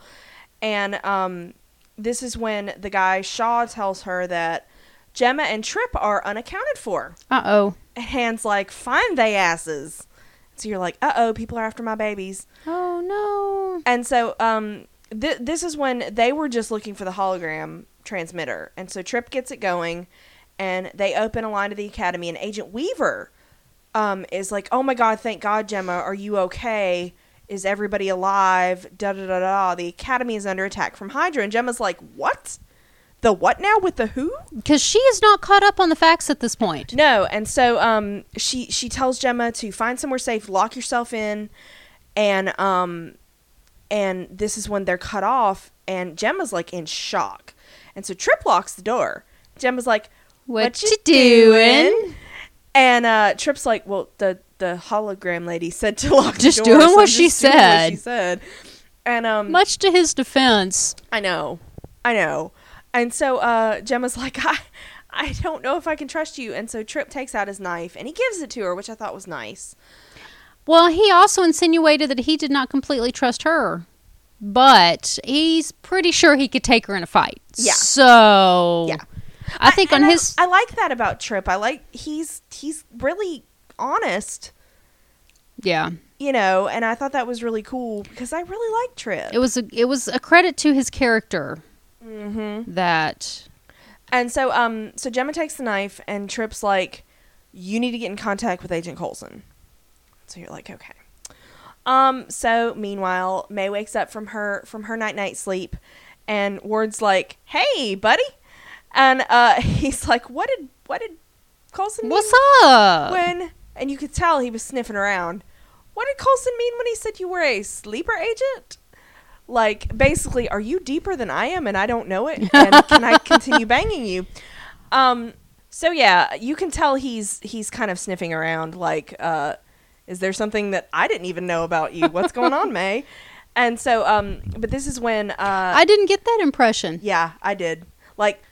Speaker 1: and um this is when the guy Shaw tells her that Gemma and Trip are unaccounted for.
Speaker 2: Uh oh.
Speaker 1: And Han's like, find they asses. So you're like, uh oh, people are after my babies.
Speaker 2: Oh no.
Speaker 1: And so um, th- this is when they were just looking for the hologram transmitter. And so Trip gets it going, and they open a line to the academy, and Agent Weaver um, is like, oh my God, thank God, Gemma. Are you okay? Is everybody alive? Da da da da. The academy is under attack from Hydra. And Gemma's like, what? The what now with the who?
Speaker 2: Because she is not caught up on the facts at this point.
Speaker 1: No, and so um, she she tells Gemma to find somewhere safe, lock yourself in, and um, and this is when they're cut off, and Gemma's like in shock, and so Trip locks the door. Gemma's like,
Speaker 2: What you doing?"
Speaker 1: And uh, Trip's like, "Well, the the hologram lady said to lock the
Speaker 2: Just
Speaker 1: door,
Speaker 2: doing
Speaker 1: so
Speaker 2: what
Speaker 1: I'm
Speaker 2: she
Speaker 1: just doing what she
Speaker 2: said."
Speaker 1: said." And um,
Speaker 2: Much to his defense,
Speaker 1: I know. I know. And so uh, Gemma's like, I, I don't know if I can trust you. And so Trip takes out his knife and he gives it to her, which I thought was nice.
Speaker 2: well, he also insinuated that he did not completely trust her, but he's pretty sure he could take her in a fight.
Speaker 1: Yeah.
Speaker 2: So
Speaker 1: Yeah.
Speaker 2: I think on
Speaker 1: and
Speaker 2: his
Speaker 1: I, I like that about Trip. I like he's he's really honest,
Speaker 2: yeah,
Speaker 1: you know. And I thought that was really cool because I really like Trip.
Speaker 2: it was a it was a credit to his character
Speaker 1: Mm-hmm.
Speaker 2: that
Speaker 1: and so um so Gemma takes the knife and Trip's like, you need to get in contact with Agent Coulson. So you're like, okay. Um, so meanwhile, May wakes up from her from her night night sleep and Ward's like, Hey, buddy and uh he's like, What did what did Coulson mean
Speaker 2: what's up?
Speaker 1: when and you could tell he was sniffing around. What did Coulson mean when he said you were a sleeper agent? Like basically, are you deeper than I am and I don't know it? And can I continue banging you? Um so yeah, you can tell he's he's kind of sniffing around like uh is there something that I didn't even know about you? What's going on, May? And so um but this is when uh
Speaker 2: I didn't get that impression.
Speaker 1: yeah, I did. Like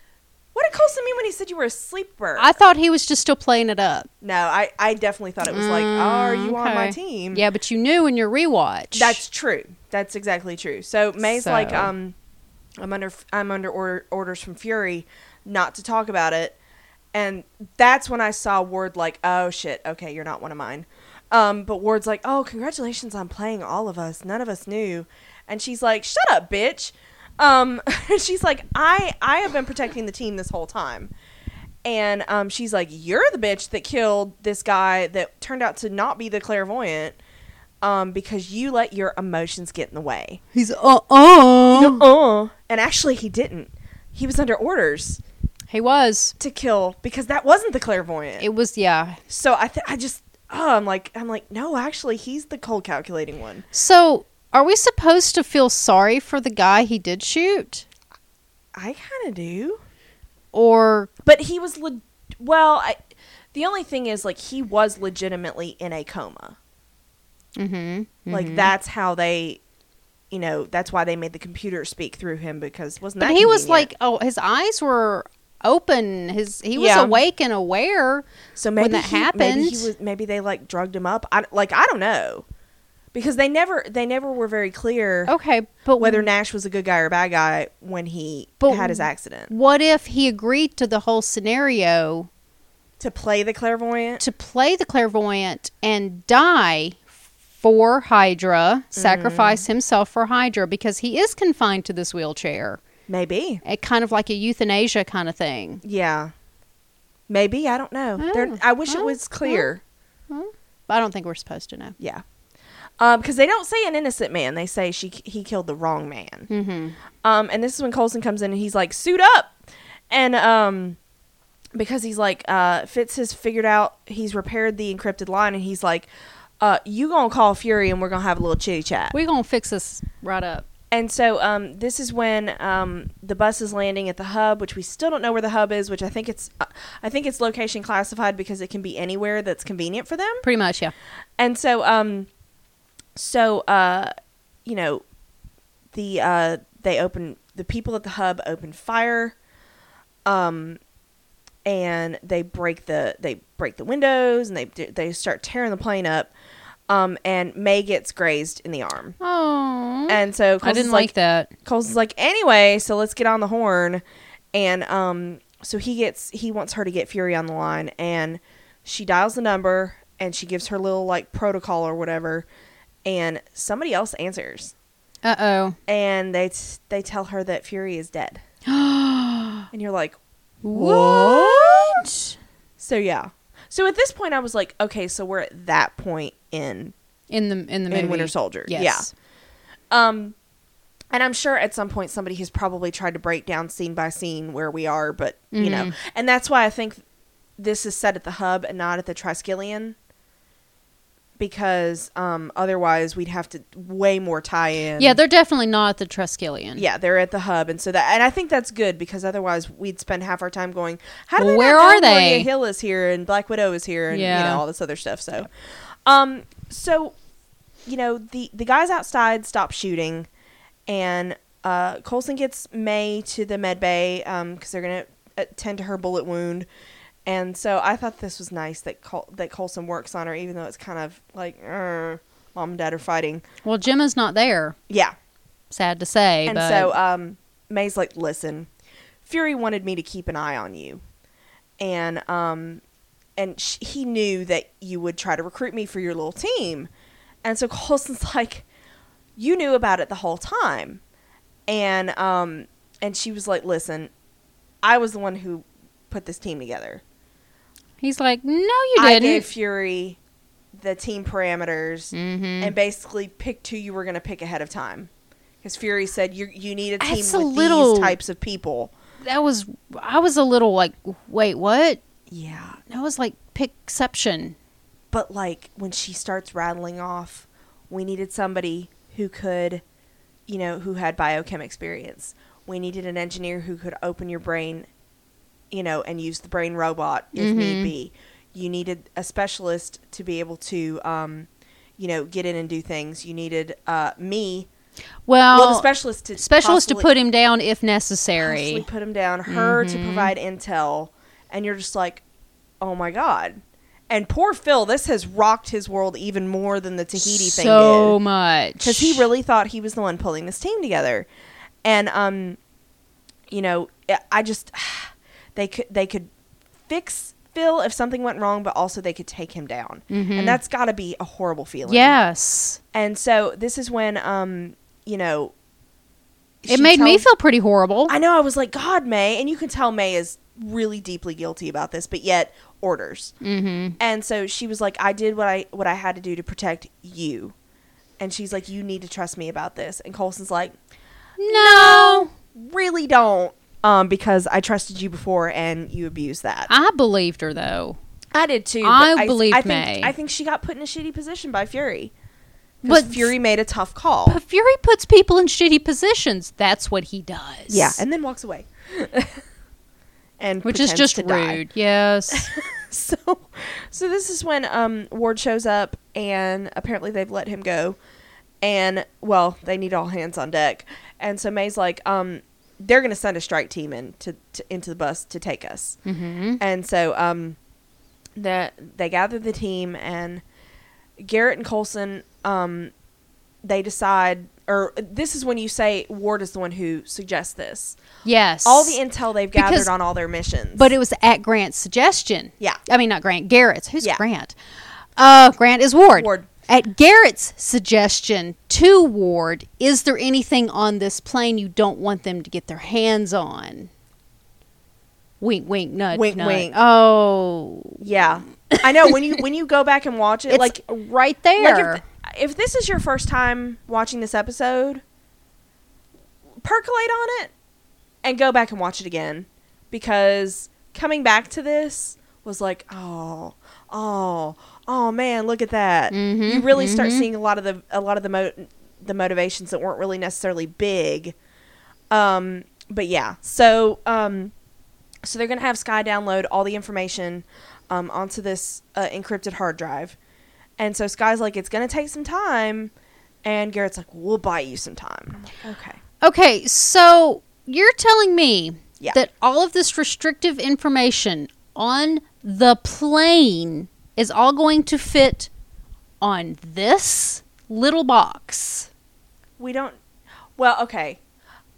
Speaker 1: what did Coulson mean when he said you were a sleeper?
Speaker 2: I thought he was just still playing it up.
Speaker 1: No, I, I definitely thought it was like, "Oh, are you on my
Speaker 2: Mm, okay.
Speaker 1: team?
Speaker 2: Yeah, but you knew in your rewatch.
Speaker 1: That's true. That's exactly true. So May's
Speaker 2: So-
Speaker 1: like, um, I'm under I'm under order, orders from Fury not to talk about it, and that's when I saw Ward like, oh shit, okay, you're not one of mine. Um, but Ward's like, oh, congratulations on playing all of us. None of us knew, and she's like, shut up, bitch. Um, she's like, I I have been protecting the team this whole time. And um, she's like, "You're the bitch that killed this guy that turned out to not be the clairvoyant." um, because you let your emotions get in the way.
Speaker 2: he's uh oh.
Speaker 1: Uh, and actually, he didn't. He was under orders
Speaker 2: He was.
Speaker 1: to kill because that wasn't the clairvoyant.
Speaker 2: It was yeah.
Speaker 1: so I, th- I just, oh, I'm like, I'm like, no, actually, he's the cold calculating one.
Speaker 2: So are we supposed to feel sorry for the guy he did shoot,
Speaker 1: I kind of do,
Speaker 2: or
Speaker 1: but he was, le- well, I, the only thing is, like, he was legitimately in a coma.
Speaker 2: mm-hmm.
Speaker 1: Like, that's how they. You know, that's why they made the computer speak through him because wasn't
Speaker 2: But
Speaker 1: that
Speaker 2: he was
Speaker 1: convenient?
Speaker 2: like, oh, his eyes were open. His he was
Speaker 1: Yeah.
Speaker 2: awake and aware.
Speaker 1: So maybe
Speaker 2: when that
Speaker 1: he, Maybe, he
Speaker 2: happened.
Speaker 1: was, maybe they like drugged him up. I, like I don't know, because they never they never were very clear
Speaker 2: Okay, but
Speaker 1: whether Nash was a good guy or a bad guy when he
Speaker 2: But-
Speaker 1: had his accident.
Speaker 2: what if he agreed to the whole scenario
Speaker 1: To play the clairvoyant,
Speaker 2: to play the clairvoyant and die for Hydra,
Speaker 1: Mm-hmm.
Speaker 2: sacrifice himself for Hydra because he is confined to this wheelchair,
Speaker 1: maybe.
Speaker 2: it kind of like a euthanasia kind of thing.
Speaker 1: Yeah, maybe I don't know.
Speaker 2: Oh,
Speaker 1: There I wish it
Speaker 2: well,
Speaker 1: was clear.
Speaker 2: I don't think we're supposed to know.
Speaker 1: Yeah, because they don't say an innocent man. They say she he killed the wrong man.
Speaker 2: Mm-hmm.
Speaker 1: Um, and this is when Colson comes in and he's like, suit up. And um, because he's like, uh, Fitz has figured out, he's repaired the encrypted line and he's like, uh, you gonna call Fury and we're gonna have a little chitty chat.
Speaker 2: We're gonna fix this right up.
Speaker 1: And so um, this is when um, the bus is landing at the hub, which we still don't know where the hub is, which I think it's, uh, I think it's location classified because it can be anywhere that's convenient for them.
Speaker 2: Pretty much, yeah.
Speaker 1: And so, um, so uh, you know, the uh, they open the people at the hub open fire, um, and they break the they break the windows and they they start tearing the plane up, um, and May gets grazed in the arm.
Speaker 2: Oh.
Speaker 1: And so
Speaker 2: I
Speaker 1: Coles
Speaker 2: didn't
Speaker 1: is
Speaker 2: like that.
Speaker 1: Coles is like, anyway, so let's get on the horn. And um, so he gets he wants her to get Fury on the line, and she dials the number, and she gives her little like protocol or whatever, and somebody else answers,
Speaker 2: Uh
Speaker 1: and they t- they tell her that Fury is dead,
Speaker 2: oh.
Speaker 1: and you're like,
Speaker 2: what?
Speaker 1: so yeah. So at this point, I was like, okay, so we're at that point in
Speaker 2: In the in the movie.
Speaker 1: in Winter Soldier,
Speaker 2: Yes.
Speaker 1: yeah. Um, and I'm sure at some point somebody has probably tried to break down scene by scene where we are, but you know,
Speaker 2: Mhm.
Speaker 1: and that's why I think this is set at the hub and not at the Triskelion, because um, otherwise we'd have to way more tie in.
Speaker 2: Yeah, they're definitely not the Triskelion.
Speaker 1: yeah, they're at the hub, and so that, and I think that's good because otherwise we'd spend half our time going, "How do they?
Speaker 2: Where
Speaker 1: not know
Speaker 2: are they?"
Speaker 1: Maria Hill is here, and Black Widow is here, and you
Speaker 2: Yeah.
Speaker 1: know all this other stuff. So, um, so you know the the guys outside stop shooting, and uh, Colson gets May to the med bay because they're gonna attend to her bullet wound. And so I thought this was nice that Col- that Colson works on her, even though it's kind of like, "Er, mom and dad are fighting.
Speaker 2: Well, Gemma's not there.
Speaker 1: Yeah,
Speaker 2: Sad to say.
Speaker 1: and
Speaker 2: but
Speaker 1: so um, May's like, listen, Fury wanted me to keep an eye on you, and um, and sh- he knew that you would try to recruit me for your little team, and so Coulson's like, you knew about it the whole time, and um, and she was like, listen, I was the one who put this team together.
Speaker 2: he's like, no, you
Speaker 1: I
Speaker 2: didn't.
Speaker 1: gave Fury the team parameters
Speaker 2: Mhm.
Speaker 1: and basically picked who you were going to pick ahead of time. Because Fury said you you need a team
Speaker 2: That's a
Speaker 1: with
Speaker 2: little-
Speaker 1: these types of people.
Speaker 2: that was I was a little like, wait, what?
Speaker 1: Yeah,
Speaker 2: That was like pickception.
Speaker 1: but like when she starts rattling off, we needed somebody who could, you know, who had biochem experience. We needed an engineer who could open your brain, you know, and use the brain robot if
Speaker 2: Mm-hmm.
Speaker 1: need be. You needed a specialist to be able to, um, you know, get in and do things. You needed uh, me,
Speaker 2: Well,
Speaker 1: well, the specialist to
Speaker 2: Oh, specialist
Speaker 1: possibly-
Speaker 2: to put him down if
Speaker 1: Possibly
Speaker 2: necessary.
Speaker 1: put him down, her
Speaker 2: Mm-hmm.
Speaker 1: to provide intel, and you're just like, oh my god. And poor Phil, this has rocked his world even more than the Tahiti thing did
Speaker 2: so much
Speaker 1: because he really thought he was the one pulling this team together, and um, you know, I- I just they could they could fix Phil if something went wrong, but also they could take him down,
Speaker 2: Mm-hmm.
Speaker 1: and that's got to be a horrible feeling.
Speaker 2: yes.
Speaker 1: and so this is when um, you know,
Speaker 2: It
Speaker 1: she
Speaker 2: made me
Speaker 1: tells-
Speaker 2: feel pretty horrible.
Speaker 1: I know. I was like, God, May, and you can tell May is really deeply guilty about this, but yet orders. Mm-hmm. And so she was like, I did what I what I had to do to protect you, and she's like, you need to trust me about this. And Colson's like,
Speaker 2: no,
Speaker 1: really don't, um, because I trusted you before and you abused that.
Speaker 2: I believed her though.
Speaker 1: I did too. but
Speaker 2: I believed
Speaker 1: I think,
Speaker 2: May.
Speaker 1: I think she got put in a shitty position by Fury. But
Speaker 2: But-
Speaker 1: Fury made a tough call.
Speaker 2: But Fury puts people in shitty positions. That's what he does.
Speaker 1: yeah, and then walks away. and
Speaker 2: which is
Speaker 1: pretends
Speaker 2: just
Speaker 1: to die.
Speaker 2: rude. Yes.
Speaker 1: so so this is when um Ward shows up and apparently they've let him go and well they need all hands on deck and so May's like um they're gonna send a strike team in to, to into the bus to take us
Speaker 2: hmm
Speaker 1: and so um the they gather the team and Garrett and Colson um they decide or this is when you say Ward is the one who suggests this
Speaker 2: Yes.
Speaker 1: all the intel they've gathered
Speaker 2: Because-
Speaker 1: on all their missions
Speaker 2: But it was at Grant's suggestion.
Speaker 1: Yeah.
Speaker 2: I mean, not Grant, Garrett's. Who's
Speaker 1: Yeah.
Speaker 2: Grant? Uh, Grant is Ward.
Speaker 1: Ward.
Speaker 2: At Garrett's suggestion to Ward, is there anything on this plane you don't want them to get their hands on? Wink, wink, nudge,
Speaker 1: Wink,
Speaker 2: nudge.
Speaker 1: wink.
Speaker 2: Oh,
Speaker 1: Yeah, I know when you when you go back and watch it,
Speaker 2: it's
Speaker 1: like
Speaker 2: like right
Speaker 1: like
Speaker 2: there.
Speaker 1: if, if this is your first time watching this episode, percolate on it and go back and watch it again because coming back to this was like oh oh oh man look at that
Speaker 2: Mhm,
Speaker 1: you really start seeing a lot of the a lot of the mo- the motivations that weren't really necessarily big um but yeah so um so they're going to have Sky download all the information um, onto this uh, encrypted hard drive. And so Sky's like, it's going to take some time. And Garrett's like, we'll buy you some time. And I'm like, okay.
Speaker 2: Okay, so you're telling me
Speaker 1: Yeah.
Speaker 2: that all of this restrictive information on the plane is all going to fit on this little box.
Speaker 1: We don't. Well, okay.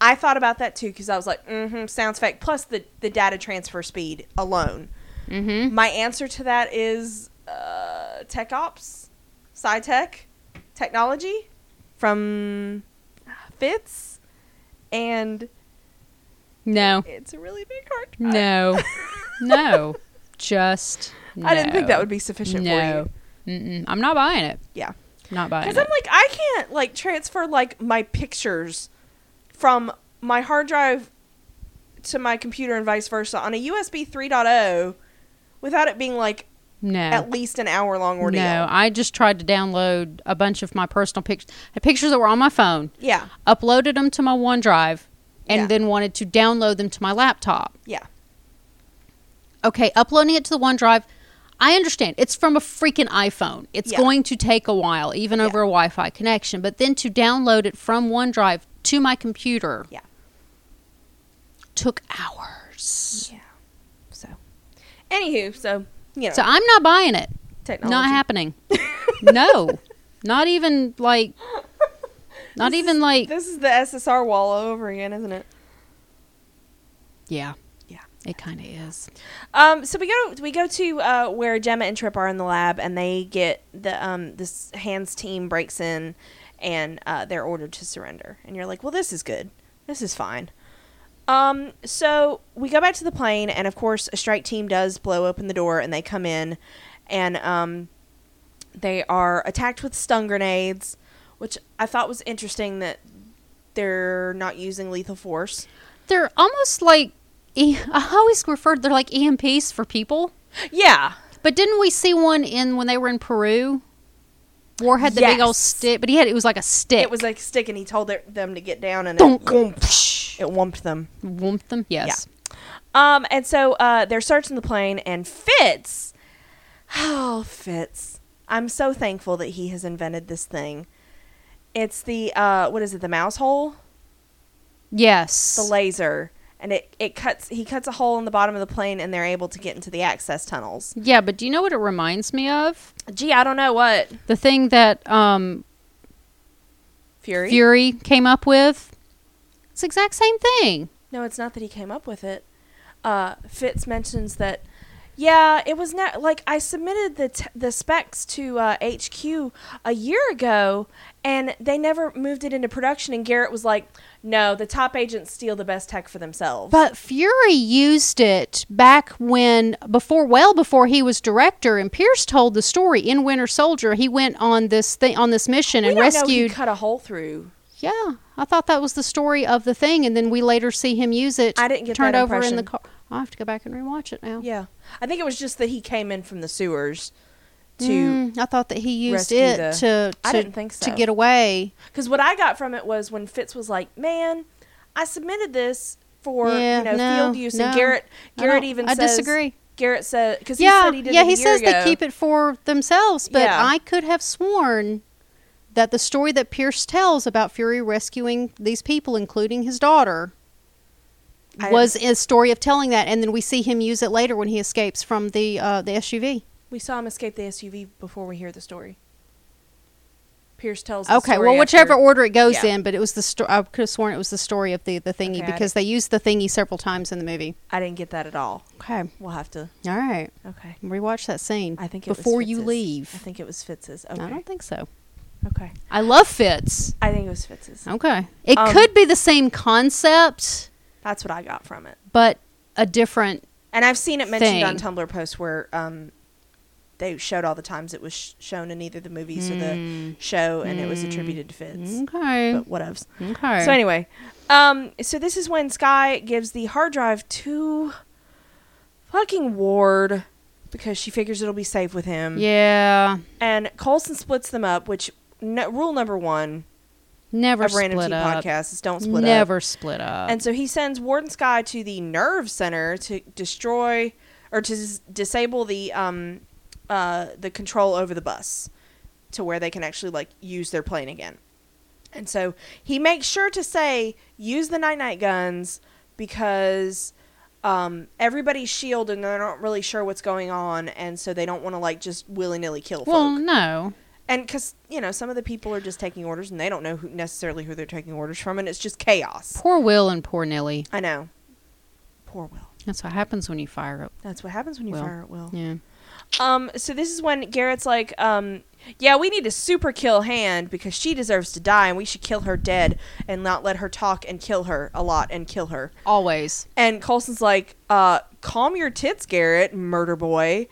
Speaker 1: I thought about that too because I was like, mm-hmm, sounds fake. Plus the the data transfer speed alone.
Speaker 2: Mm-hmm.
Speaker 1: My answer to that is uh, tech ops, sci tech, technology from Fitz, and
Speaker 2: No.
Speaker 1: it's a really big heart. drive.
Speaker 2: No. no. Just.
Speaker 1: I didn't think
Speaker 2: no.
Speaker 1: that would be sufficient for
Speaker 2: No.
Speaker 1: you.
Speaker 2: Mm-mm. I'm not buying it.
Speaker 1: Yeah.
Speaker 2: Not buying
Speaker 1: Because
Speaker 2: it.
Speaker 1: I'm like, I can't like transfer like my pictures from my hard drive to my computer and vice versa on a USB 3.0 without it being like
Speaker 2: no.
Speaker 1: at least an hour long ordeal.
Speaker 2: No, I just tried to download a bunch of my personal pictures, pictures that were on my phone,
Speaker 1: Yeah,
Speaker 2: uploaded them to my OneDrive, and
Speaker 1: Yeah.
Speaker 2: then wanted to download them to my laptop.
Speaker 1: yeah,
Speaker 2: Okay, uploading it to the OneDrive, I understand. It's from a freaking iPhone. It's
Speaker 1: Yeah.
Speaker 2: going to take a while, even over a Wi Fi connection. But then to download it from OneDrive to my computer
Speaker 1: Yeah.
Speaker 2: took hours.
Speaker 1: yeah. So, anywho, so you know,
Speaker 2: So I'm not buying it.
Speaker 1: technology.
Speaker 2: Not happening. no. Not even like. Not even like.
Speaker 1: this is the SSR wall all over again, isn't it?
Speaker 2: Yeah.
Speaker 1: Yeah.
Speaker 2: It kind of is.
Speaker 1: Um, so we go we go to uh, where Gemma and Trip are in the lab, and they get the um, this Hans team breaks in, and uh, they're ordered to surrender. And you're like, well, this is good, this is fine. Um, so we go back to the plane, and of course, a strike team does blow open the door, and they come in, and um, they are attacked with stun grenades, which I thought was interesting that they're not using lethal force.
Speaker 2: They're almost like. E- I always referred they're like EMPs for people.
Speaker 1: Yeah,
Speaker 2: But didn't we see one in when they were in Peru? War had the big old
Speaker 1: Yes.
Speaker 2: stick, but he had it was like a stick.
Speaker 1: It was like a stick, and he told their, them to get down, and
Speaker 2: Donk.
Speaker 1: it whomped, it whumped them.
Speaker 2: Whoomp them. Yes.
Speaker 1: Um, and so uh, they're searching the plane, and Fitz, oh Fitz, I'm so thankful that he has invented this thing. It's the uh, what is it? The mouse hole,
Speaker 2: Yes.
Speaker 1: the laser, and it it cuts. He cuts a hole in the bottom of the plane, and they're able to get into the access tunnels.
Speaker 2: yeah, but do you know what it reminds me of?
Speaker 1: Gee, I don't know what
Speaker 2: The thing that um,
Speaker 1: Fury.
Speaker 2: Fury came up with. It's the exact same thing.
Speaker 1: No, it's not that he came up with it. Uh, Fitz mentions that, yeah, it was not like I submitted the t- the specs to uh, HQ a year ago, and they never moved it into production. And Garrett was like, "No, the top agents steal the best tech for themselves."
Speaker 2: But Fury used it back when before well before he was director and Pierce told the story in Winter Soldier. He went on this thing on this mission
Speaker 1: We
Speaker 2: and
Speaker 1: don't know he
Speaker 2: rescued
Speaker 1: cut a hole through.
Speaker 2: Yeah, I thought that was the story of the thing, and then we later see him use it.
Speaker 1: I didn't get
Speaker 2: turned
Speaker 1: that
Speaker 2: over in the
Speaker 1: impression.
Speaker 2: car. I have to go back and rewatch it now.
Speaker 1: Yeah, I think it was just that he came in from the sewers to
Speaker 2: Mm, I thought that he used
Speaker 1: rescue
Speaker 2: it
Speaker 1: the-
Speaker 2: to
Speaker 1: I
Speaker 2: to,
Speaker 1: didn't think
Speaker 2: to
Speaker 1: so.
Speaker 2: get away.
Speaker 1: because what I got from it was when Fitz was like, "Man, I submitted this." For
Speaker 2: Yeah,
Speaker 1: you know,
Speaker 2: no,
Speaker 1: field use, and
Speaker 2: no.
Speaker 1: Garrett,
Speaker 2: I
Speaker 1: Garrett
Speaker 2: don't-
Speaker 1: even
Speaker 2: I
Speaker 1: says,
Speaker 2: disagree.
Speaker 1: Garrett said because he
Speaker 2: yeah,
Speaker 1: said he did
Speaker 2: yeah,
Speaker 1: it a
Speaker 2: he
Speaker 1: year
Speaker 2: says
Speaker 1: ago.
Speaker 2: they keep it for themselves, but
Speaker 1: Yeah.
Speaker 2: I could have sworn that the story that Pierce tells about Fury rescuing these people, including his daughter,
Speaker 1: I-
Speaker 2: was a story of telling that, and then we see him use it later when he escapes from the uh, the SUV.
Speaker 1: We saw him escape the SUV before we hear the story. Pierce tells. The
Speaker 2: Okay,
Speaker 1: story
Speaker 2: well, whichever
Speaker 1: after-
Speaker 2: order it goes
Speaker 1: yeah.
Speaker 2: in, but it was the sto- I could have sworn it was the story of the the thingy
Speaker 1: Okay, I
Speaker 2: because they used the thingy several times in the movie.
Speaker 1: I didn't get that at all.
Speaker 2: Okay,
Speaker 1: We'll have to.
Speaker 2: all right,
Speaker 1: Okay,
Speaker 2: rewatch that scene.
Speaker 1: I think it was
Speaker 2: before you
Speaker 1: Fitz's. I
Speaker 2: leave,
Speaker 1: think it was Fitz's.
Speaker 2: I,
Speaker 1: Okay,
Speaker 2: don't think so.
Speaker 1: okay.
Speaker 2: I love Fitz.
Speaker 1: I think it was Fitz's.
Speaker 2: Okay, it
Speaker 1: Um,
Speaker 2: could be the same concept,
Speaker 1: That's what I got from it,
Speaker 2: but a different.
Speaker 1: and I've seen it mentioned on
Speaker 2: Thing.
Speaker 1: Tumblr posts where um, they showed all the times it was sh- shown in either the movies or
Speaker 2: Hmm.
Speaker 1: the show, and it was attributed to Fitz.
Speaker 2: Okay,
Speaker 1: But whatevs.
Speaker 2: okay.
Speaker 1: So anyway, um, so this is when Sky gives the hard drive to fucking Ward because she figures it'll be safe with him.
Speaker 2: yeah,
Speaker 1: And Colson splits them up, which no, rule number one
Speaker 2: never
Speaker 1: of Random
Speaker 2: split
Speaker 1: Tea
Speaker 2: up.
Speaker 1: Podcasts is don't split
Speaker 2: Never
Speaker 1: up.
Speaker 2: split up.
Speaker 1: And so he sends Ward and Sky to the nerve center to destroy or to dis- disable the um uh the control over the bus to where they can actually like use their plane again. And so he makes sure to say use the night night guns because um everybody's shielded and they're not really sure what's going on and so they don't want to like just willy-nilly kill folk.
Speaker 2: well, no.
Speaker 1: and because you know some of the people are just taking orders and they don't know who, necessarily who they're taking orders from, and it's just chaos.
Speaker 2: Poor Will and poor Nellie.
Speaker 1: I know. Poor Will.
Speaker 2: That's what happens when you fire up.
Speaker 1: That's what happens when you
Speaker 2: Will.
Speaker 1: fire at Will.
Speaker 2: Yeah.
Speaker 1: Um, so this is when Garrett's like, um, yeah, we need a super kill hand because she deserves to die, and we should kill her dead and not let her talk and kill her a lot and kill her.
Speaker 2: Always.
Speaker 1: And Colson's like, uh, calm your tits, Garrett, murder boy.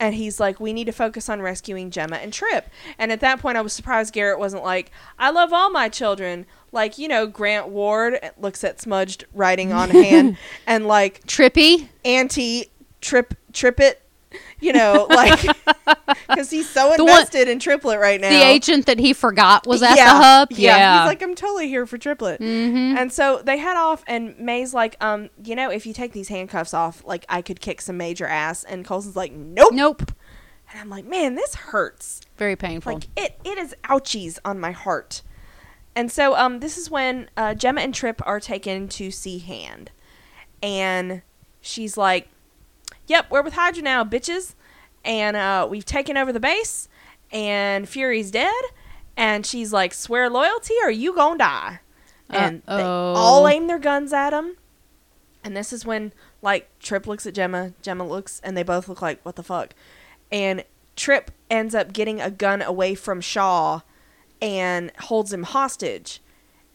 Speaker 1: And he's like, we need to focus on rescuing Gemma and Trip. And at that point, I was surprised Garrett wasn't like, I love all my children. Like, you know, Grant Ward looks at smudged writing on hand and like,
Speaker 2: Trippy.
Speaker 1: anti Trip Trippet, you know, like, because he's so
Speaker 2: The one-
Speaker 1: invested in Triplet right now.
Speaker 2: The agent that he forgot was at
Speaker 1: Yeah,
Speaker 2: the hub.
Speaker 1: Yeah.
Speaker 2: Yeah. Mm-hmm.
Speaker 1: He's like, I'm totally here for triplet. And so they head off, and May's like, um, you know, if you take these handcuffs off, like, I could kick some major ass. And Colson's like, nope.
Speaker 2: nope.
Speaker 1: And I'm like, man, this hurts.
Speaker 2: Very painful.
Speaker 1: Like, it, it is ouchies on my heart. And so um, this is when uh, Gemma and Trip are taken to see Hand. And she's like, yep, we're with Hydra now, bitches. And uh, we've taken over the base. And Fury's dead. And she's like, swear loyalty or you gonna die. And they
Speaker 2: Uh-oh.
Speaker 1: all aim their guns at him. And this is when, like, Trip looks at Gemma. Gemma looks, and they both look like, what the fuck? And Trip ends up getting a gun away from Shaw and holds him hostage.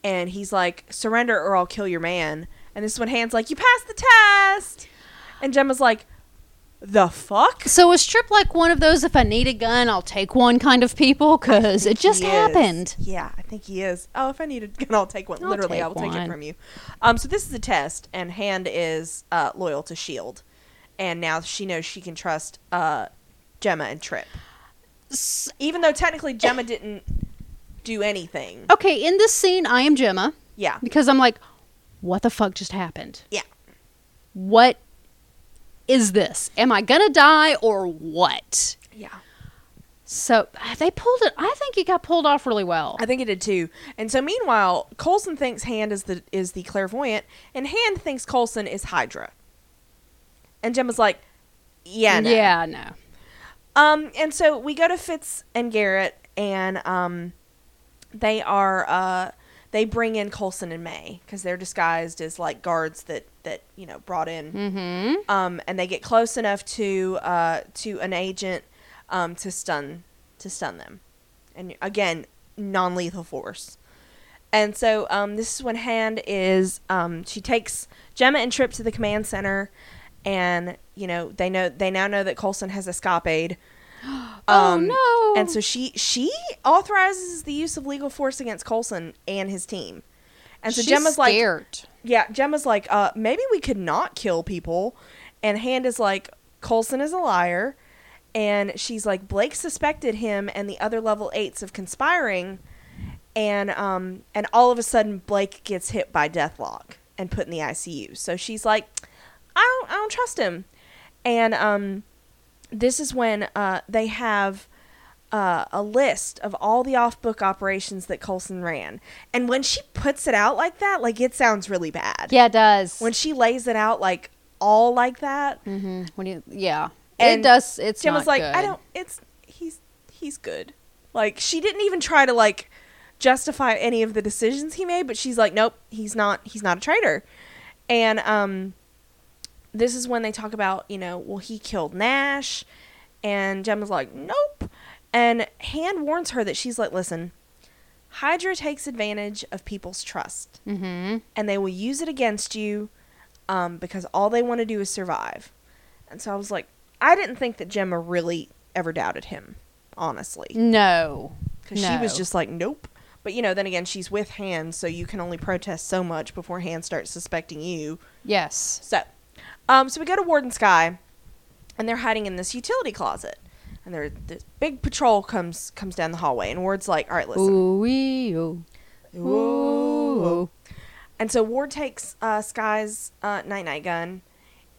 Speaker 1: And he's like, surrender or I'll kill your man. And this is when Hand's like, you passed the test. And Gemma's like, the fuck?
Speaker 2: so is Trip like one of those if I need a gun, I'll take one kind of people because it just
Speaker 1: He is.
Speaker 2: happened.
Speaker 1: Yeah, I think he is. Oh, if I need a gun, I'll take one.
Speaker 2: I'll
Speaker 1: Literally,
Speaker 2: take
Speaker 1: I will take it
Speaker 2: one.
Speaker 1: from you. Um, so this is a test, and Hand is uh, loyal to Shield, and now she knows she can trust uh, Gemma and Trip.
Speaker 2: S-
Speaker 1: Even though technically Gemma didn't do anything.
Speaker 2: Okay, in this scene I am Gemma
Speaker 1: Yeah,
Speaker 2: because I'm like, what the fuck just happened?
Speaker 1: yeah,
Speaker 2: What is this? Am I gonna die or what?
Speaker 1: yeah.
Speaker 2: So they pulled it. I think it got pulled off really well.
Speaker 1: I think it did too. And so meanwhile, Colson thinks Hand is the is the clairvoyant, and Hand thinks Colson is Hydra. And Gemma's like, yeah, no.
Speaker 2: Yeah, no.
Speaker 1: Um, and so we go to Fitz and Garrett, and um, they are uh, they bring in Colson and May because they're disguised as like guards that that you know brought in.
Speaker 2: Mm-hmm.
Speaker 1: Um, and they get close enough to uh, to an agent um, to stun to stun them, and again non lethal force. And so um, this is when Hand is um, she takes Gemma and Trip to the command center, and you know they know they now know that Colson has escapade. Um,
Speaker 2: oh no!
Speaker 1: And so she she authorizes the use of legal force against Colson and his team. And so
Speaker 2: She's
Speaker 1: Gemma's like,
Speaker 2: scared.
Speaker 1: yeah, Gemma's like, uh, maybe we could not kill people. And Hand is like, Colson is a liar. And she's like, Blake suspected him and the other level eights of conspiring. And um, and all of a sudden, Blake gets hit by Deathlock and put in the ICU. So she's like, I don't, I don't trust him. And um, this is when uh, they have uh, a list of all the off-book operations that Colson ran. And when she puts it out like that, like it sounds really bad.
Speaker 2: yeah, it does.
Speaker 1: When she lays it out like all like that,
Speaker 2: hmm when you, yeah,
Speaker 1: And
Speaker 2: it does. It's
Speaker 1: Jim was
Speaker 2: not
Speaker 1: like,
Speaker 2: good.
Speaker 1: I don't. It's he's he's good. Like she didn't even try to like justify any of the decisions he made, but she's like, nope, he's not. He's not a traitor. And um, this is when they talk about you know, well, he killed Nash, and Gemma's like, nope. And Hand warns her that she's like, listen, Hydra takes advantage of people's trust
Speaker 2: Mm-hmm.
Speaker 1: and they will use it against you um, because all they want to do is survive. And so I was like, I didn't think that Gemma really ever doubted him, honestly,
Speaker 2: No,
Speaker 1: because she was
Speaker 2: No.
Speaker 1: just like, nope. But you know, then again, she's with Hand, so you can only protest so much before Hand starts suspecting you.
Speaker 2: yes.
Speaker 1: So, um, so we go to Warden Sky, and they're hiding in this utility closet. And there, this big patrol comes comes down the hallway, and Ward's like, "All right, listen."
Speaker 2: Ooh, wee, ooh,
Speaker 1: Ooh.
Speaker 2: ooh.
Speaker 1: And so Ward takes uh, Sky's uh, night night gun,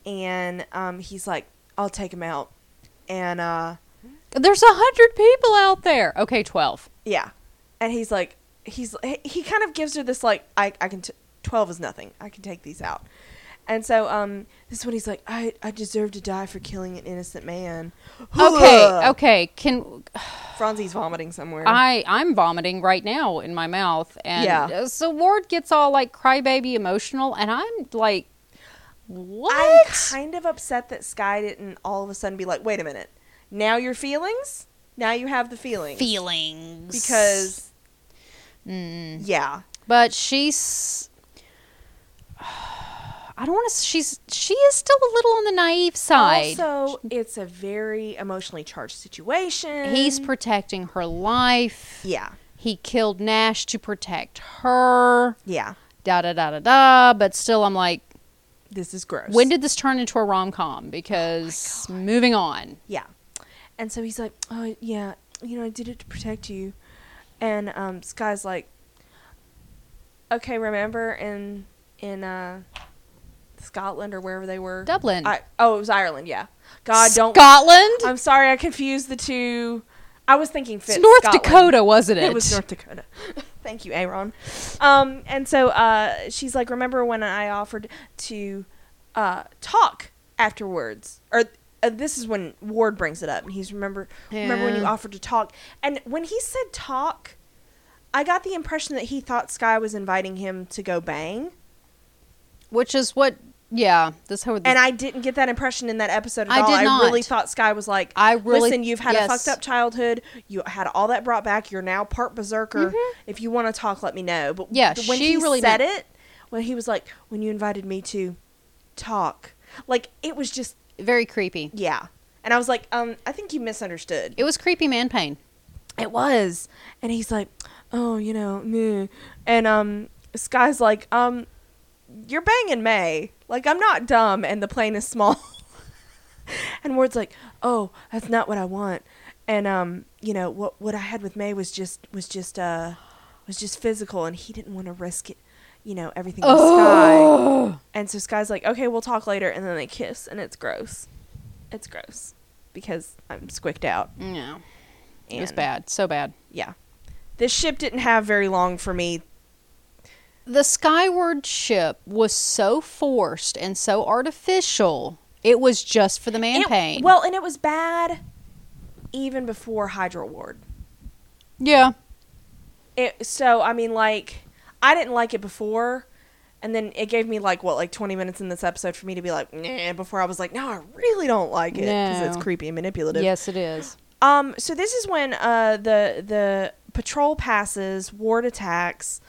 Speaker 1: and um, he's like, "I'll take him out." And uh,
Speaker 2: There's a hundred people out there. Okay, twelve.
Speaker 1: yeah, and he's like, he's he- he kind of gives her this like, "I I can t- twelve is nothing. I can take these out." And so um, this one, he's like, I, I deserve to die for killing an innocent man.
Speaker 2: Okay, okay. Can
Speaker 1: Franzie's vomiting somewhere.
Speaker 2: I I'm vomiting right now in my mouth, and uh,
Speaker 1: Yeah.
Speaker 2: so Ward gets all like crybaby emotional, and I'm like, what?
Speaker 1: I'm kind of upset that Sky didn't all of a sudden be like, wait a minute. Now your feelings? Now you have the feelings.
Speaker 2: Feelings
Speaker 1: Because,
Speaker 2: Mm.
Speaker 1: yeah.
Speaker 2: but she's. I don't want to. She's she is still a little on the naive side.
Speaker 1: Also, it's a very emotionally charged situation.
Speaker 2: He's protecting her life.
Speaker 1: yeah,
Speaker 2: He killed Nash to protect her.
Speaker 1: yeah.
Speaker 2: Da da da da da. But still, I'm like,
Speaker 1: This is gross.
Speaker 2: when did this turn into a rom com? Because moving on.
Speaker 1: Yeah. And so he's like, "Oh yeah, you know, I did it to protect you." And um, Sky's like, "Okay, remember in in uh, Scotland or wherever they were,
Speaker 2: Dublin.
Speaker 1: I, oh, it was Ireland. Yeah. God, don't.
Speaker 2: Scotland.
Speaker 1: I'm sorry, I confused the two. I was thinking
Speaker 2: it's
Speaker 1: Fitz,
Speaker 2: North
Speaker 1: Scotland.
Speaker 2: Dakota, wasn't it?
Speaker 1: It was North Dakota. Thank you, Aaron. Um, and so uh, she's like, remember when I offered to uh, talk afterwards? Or uh, this is when Ward brings it up, and he's remember remember when you
Speaker 2: Yeah.
Speaker 1: offered to talk? And when he said talk, I got the impression that he thought Sky was inviting him to go bang,
Speaker 2: Which is what. Yeah. This whole.
Speaker 1: and I didn't get that impression in that episode at
Speaker 2: I
Speaker 1: all.
Speaker 2: did
Speaker 1: I
Speaker 2: not.
Speaker 1: really thought Sky was like,
Speaker 2: I really-
Speaker 1: listen. You've had
Speaker 2: yes.
Speaker 1: a fucked up childhood. You had all that brought back. You're now part berserker. If you want to talk, let me know. But
Speaker 2: Mm-hmm. Yeah,
Speaker 1: th- when
Speaker 2: she
Speaker 1: he
Speaker 2: really
Speaker 1: said
Speaker 2: meant-
Speaker 1: it, when he was like, when you invited me to talk, like it was just
Speaker 2: very creepy.
Speaker 1: yeah. And I was like, um, I think you misunderstood.
Speaker 2: It was creepy man pain.
Speaker 1: It was. And he's like, oh, you know, meh. and um, Sky's like, um, you're banging May. Like I'm not dumb, and the plane is small. and Ward's like, oh, that's not what I want. And um, you know what what I had with May was just was just uh was just physical, and he didn't want to risk it. You know everything with Sky. And so Sky's like, okay, we'll talk later, and then they kiss, and it's gross. It's gross because I'm squicked out.
Speaker 2: Yeah. It was
Speaker 1: and-
Speaker 2: bad. So bad.
Speaker 1: yeah. This ship didn't have very long for me.
Speaker 2: The Skyward ship was so forced and so artificial. It was just for the man
Speaker 1: And it-
Speaker 2: pain.
Speaker 1: Well, and it was bad even before Hydra Ward.
Speaker 2: yeah.
Speaker 1: It, so, I mean, like, I didn't like it before. And then it gave me, like, what, like 20 minutes in this episode for me to be like, nah, before I was like, no, I really don't like it because it's
Speaker 2: No.
Speaker 1: creepy and manipulative.
Speaker 2: Yes, it is.
Speaker 1: Um, so this is when uh, the the patrol passes, Ward attacks,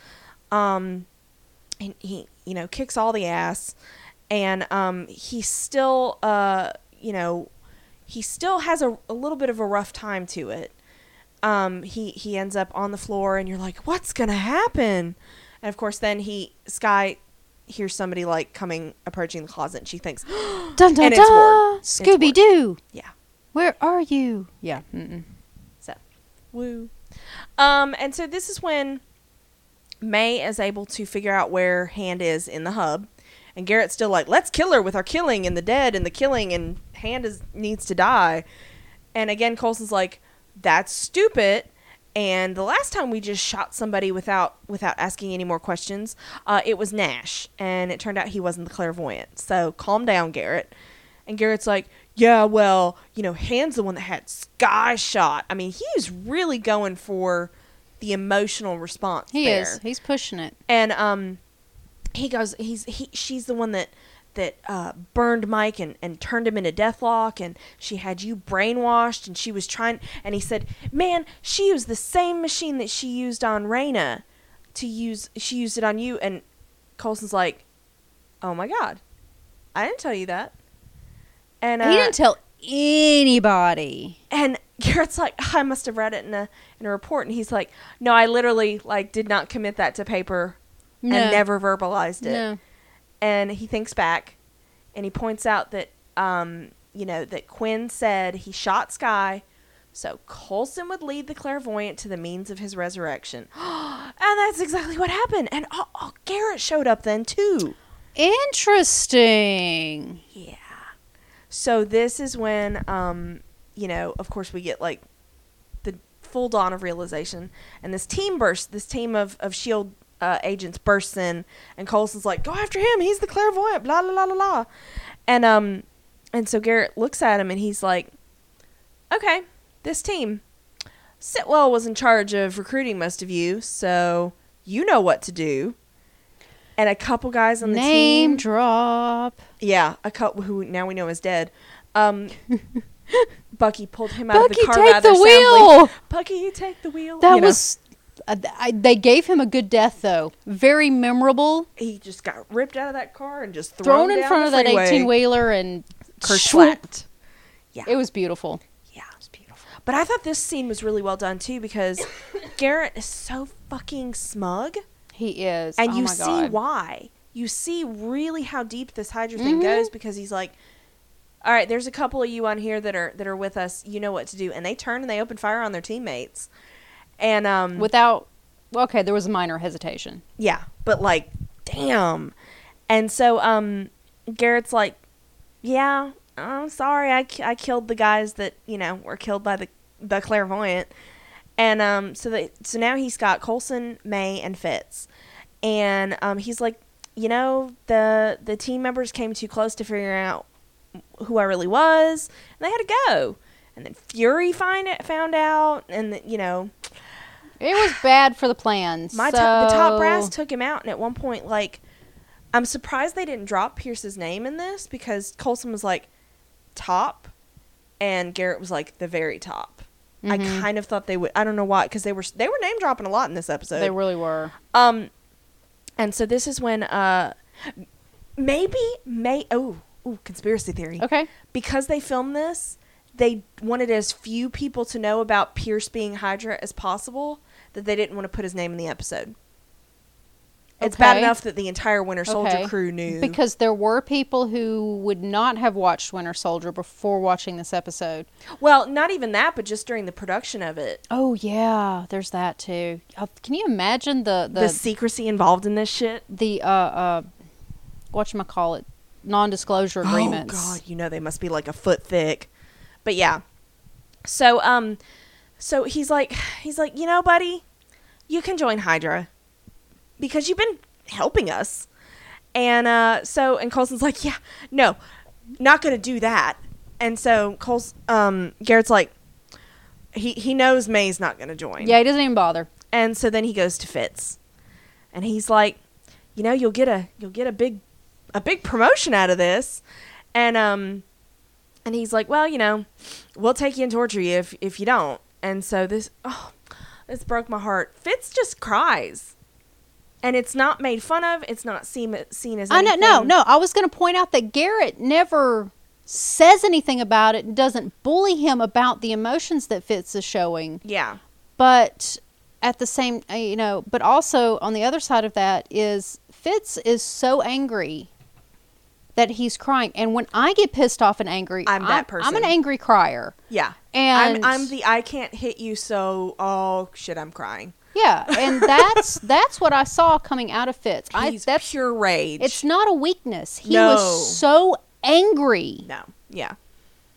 Speaker 1: um, and he you know kicks all the ass, and um, he still uh, you know he still has a, a little bit of a rough time to it. Um, he he ends up on the floor, and you're like, what's gonna happen? And of course, then he Sky hears somebody like coming approaching the closet, and she thinks,
Speaker 2: Dun dun
Speaker 1: And it's
Speaker 2: dun.
Speaker 1: Ward. It's Ward.
Speaker 2: Scooby Doo.
Speaker 1: yeah,
Speaker 2: Where are you? Yeah. mm, Mm-mm.
Speaker 1: So, woo. Um, and so this is when May is able to figure out where Hand is in the hub, and Garrett's still like, "Let's kill her with our killing and the dead and the killing, and Hand is needs to die." And again, Colson's like, "That's stupid." And the last time we just shot somebody without without asking any more questions, uh, it was Nash, and it turned out he wasn't the clairvoyant. So calm down, Garrett. And Garrett's like, yeah, well, you know, Hand's the one that had Sky shot. I mean, he's really going for the emotional response.
Speaker 2: He
Speaker 1: there.
Speaker 2: is. He's pushing it.
Speaker 1: And um, he goes, he's he, she's the one that that uh, burned Mike and, and turned him into Deathlock, and she had you brainwashed, and she was trying. And he said, man, she used the same machine that she used on Raina to use. She used it on you, and Colson's like, oh my god, I didn't tell you that. And uh,
Speaker 2: he didn't tell anybody.
Speaker 1: and Garrett's like, I must have read it in a in a report, and he's like, No, I literally like did not commit that to paper
Speaker 2: No.
Speaker 1: and never verbalized it.
Speaker 2: No.
Speaker 1: And he thinks back, and he points out that um you know that Quinn said he shot Sky, so Colson would lead the clairvoyant to the means of his resurrection, and that's exactly what happened. And oh, oh, Garrett showed up then too.
Speaker 2: Interesting.
Speaker 1: Yeah. So this is when, um, you know, of course we get like the full dawn of realization, and this team burst, this team of of Shield uh, agents bursts in, and Colson's like, "Go after him! He's the clairvoyant!" Blah blah blah blah blah, and um, and so Garrett looks at him, and he's like, "Okay, this team. Sitwell was in charge of recruiting most of you, so you know what to do." And a couple guys on the
Speaker 2: Name
Speaker 1: team,
Speaker 2: drop.
Speaker 1: yeah, a couple who now we know is dead. Um, Bucky pulled him out of
Speaker 2: Bucky,
Speaker 1: the car
Speaker 2: take
Speaker 1: rather
Speaker 2: the
Speaker 1: soundly.
Speaker 2: wheel.
Speaker 1: Bucky, take the wheel.
Speaker 2: That
Speaker 1: you know.
Speaker 2: was. I, I- they gave him a good death, though. Very memorable.
Speaker 1: he just got ripped out of that car and just thrown,
Speaker 2: Thrown, in
Speaker 1: down
Speaker 2: front
Speaker 1: the
Speaker 2: of that
Speaker 1: freeway.
Speaker 2: 18 wheeler and
Speaker 1: Ker
Speaker 2: swooped.
Speaker 1: slapped.
Speaker 2: It was beautiful.
Speaker 1: Yeah, it was beautiful. But I thought this scene was really well done too because Garrett is so fucking smug,
Speaker 2: He is.
Speaker 1: and
Speaker 2: Oh
Speaker 1: you
Speaker 2: my
Speaker 1: see
Speaker 2: God.
Speaker 1: why. You see really how deep this Hydra thing
Speaker 2: Mhm.
Speaker 1: goes because he's like, "All right, there's a couple of you on here that are that are with us. You know what to do." And they turn and they open fire on their teammates, and um,
Speaker 2: Without. well, Okay, there was a minor hesitation.
Speaker 1: Yeah, but like, damn. And so, um, Garrett's like, yeah, I'm sorry, I, ki- I killed the guys that you know were killed by the the clairvoyant. And um, so they so now he's got Colson, May, and Fitz, and um, he's like, you know, the the team members came too close to figuring out who I really was, and they had to go. And then Fury find it, found out, and you know,
Speaker 2: It was bad for the plans.
Speaker 1: my
Speaker 2: so...
Speaker 1: top, the top brass took him out, and at one point, like, I'm surprised they didn't drop Pierce's name in this because Colson was like top, and Garrett was like the very top. I
Speaker 2: Mhm.
Speaker 1: kind of thought they would. I don't know why, because they were they were name dropping a lot in this episode.
Speaker 2: They really were.
Speaker 1: Um, and so this is when uh, maybe may oh ooh, conspiracy theory
Speaker 2: Okay.
Speaker 1: because they filmed this, they wanted as few people to know about Pierce being Hydra as possible that they didn't want to put his name in the episode. It's bad
Speaker 2: Okay.
Speaker 1: enough that the entire Winter Soldier
Speaker 2: Okay.
Speaker 1: crew knew.
Speaker 2: Because there were people who would not have watched Winter Soldier before watching this episode.
Speaker 1: well, not even that, but just during the production of it,
Speaker 2: Oh yeah, there's that too. Uh, can you imagine the
Speaker 1: the,
Speaker 2: the
Speaker 1: secrecy involved in this shit.
Speaker 2: the, uh uh what call it non-disclosure agreements?
Speaker 1: Oh god, you know they must be like a foot thick. But yeah. So um so he's like he's like, "You know, buddy, you can join Hydra because you've been helping us." And uh so and Colson's like, "Yeah, no. Not going to do that." And so Cols um Garrett's like he he knows May's not going to join.
Speaker 2: Yeah, he doesn't even bother.
Speaker 1: And so then he goes to Fitz, and he's like, "You know, you'll get a you'll get a big a big promotion out of this," and um, and he's like, "Well, you know, we'll take you and torture you if if you don't." And so this oh, this broke my heart. Fitz just cries, and it's not made fun of. It's not seen seen as
Speaker 2: I know. No,
Speaker 1: anything.
Speaker 2: no. I was going to point out that Garrett never says anything about it and doesn't bully him about the emotions that Fitz is showing.
Speaker 1: yeah
Speaker 2: but at the same uh, you know but also on the other side of that is fitz is so angry that he's crying and when i get pissed off and angry
Speaker 1: I'm that
Speaker 2: i'm an
Speaker 1: person.
Speaker 2: angry crier
Speaker 1: yeah.
Speaker 2: and
Speaker 1: I'm I'm the I can't hit you, so oh shit, I'm crying.
Speaker 2: yeah and that's that's what i saw coming out of fitz i
Speaker 1: He's
Speaker 2: that's
Speaker 1: pure rage.
Speaker 2: it's not a weakness he
Speaker 1: No.
Speaker 2: was so angry
Speaker 1: no, yeah.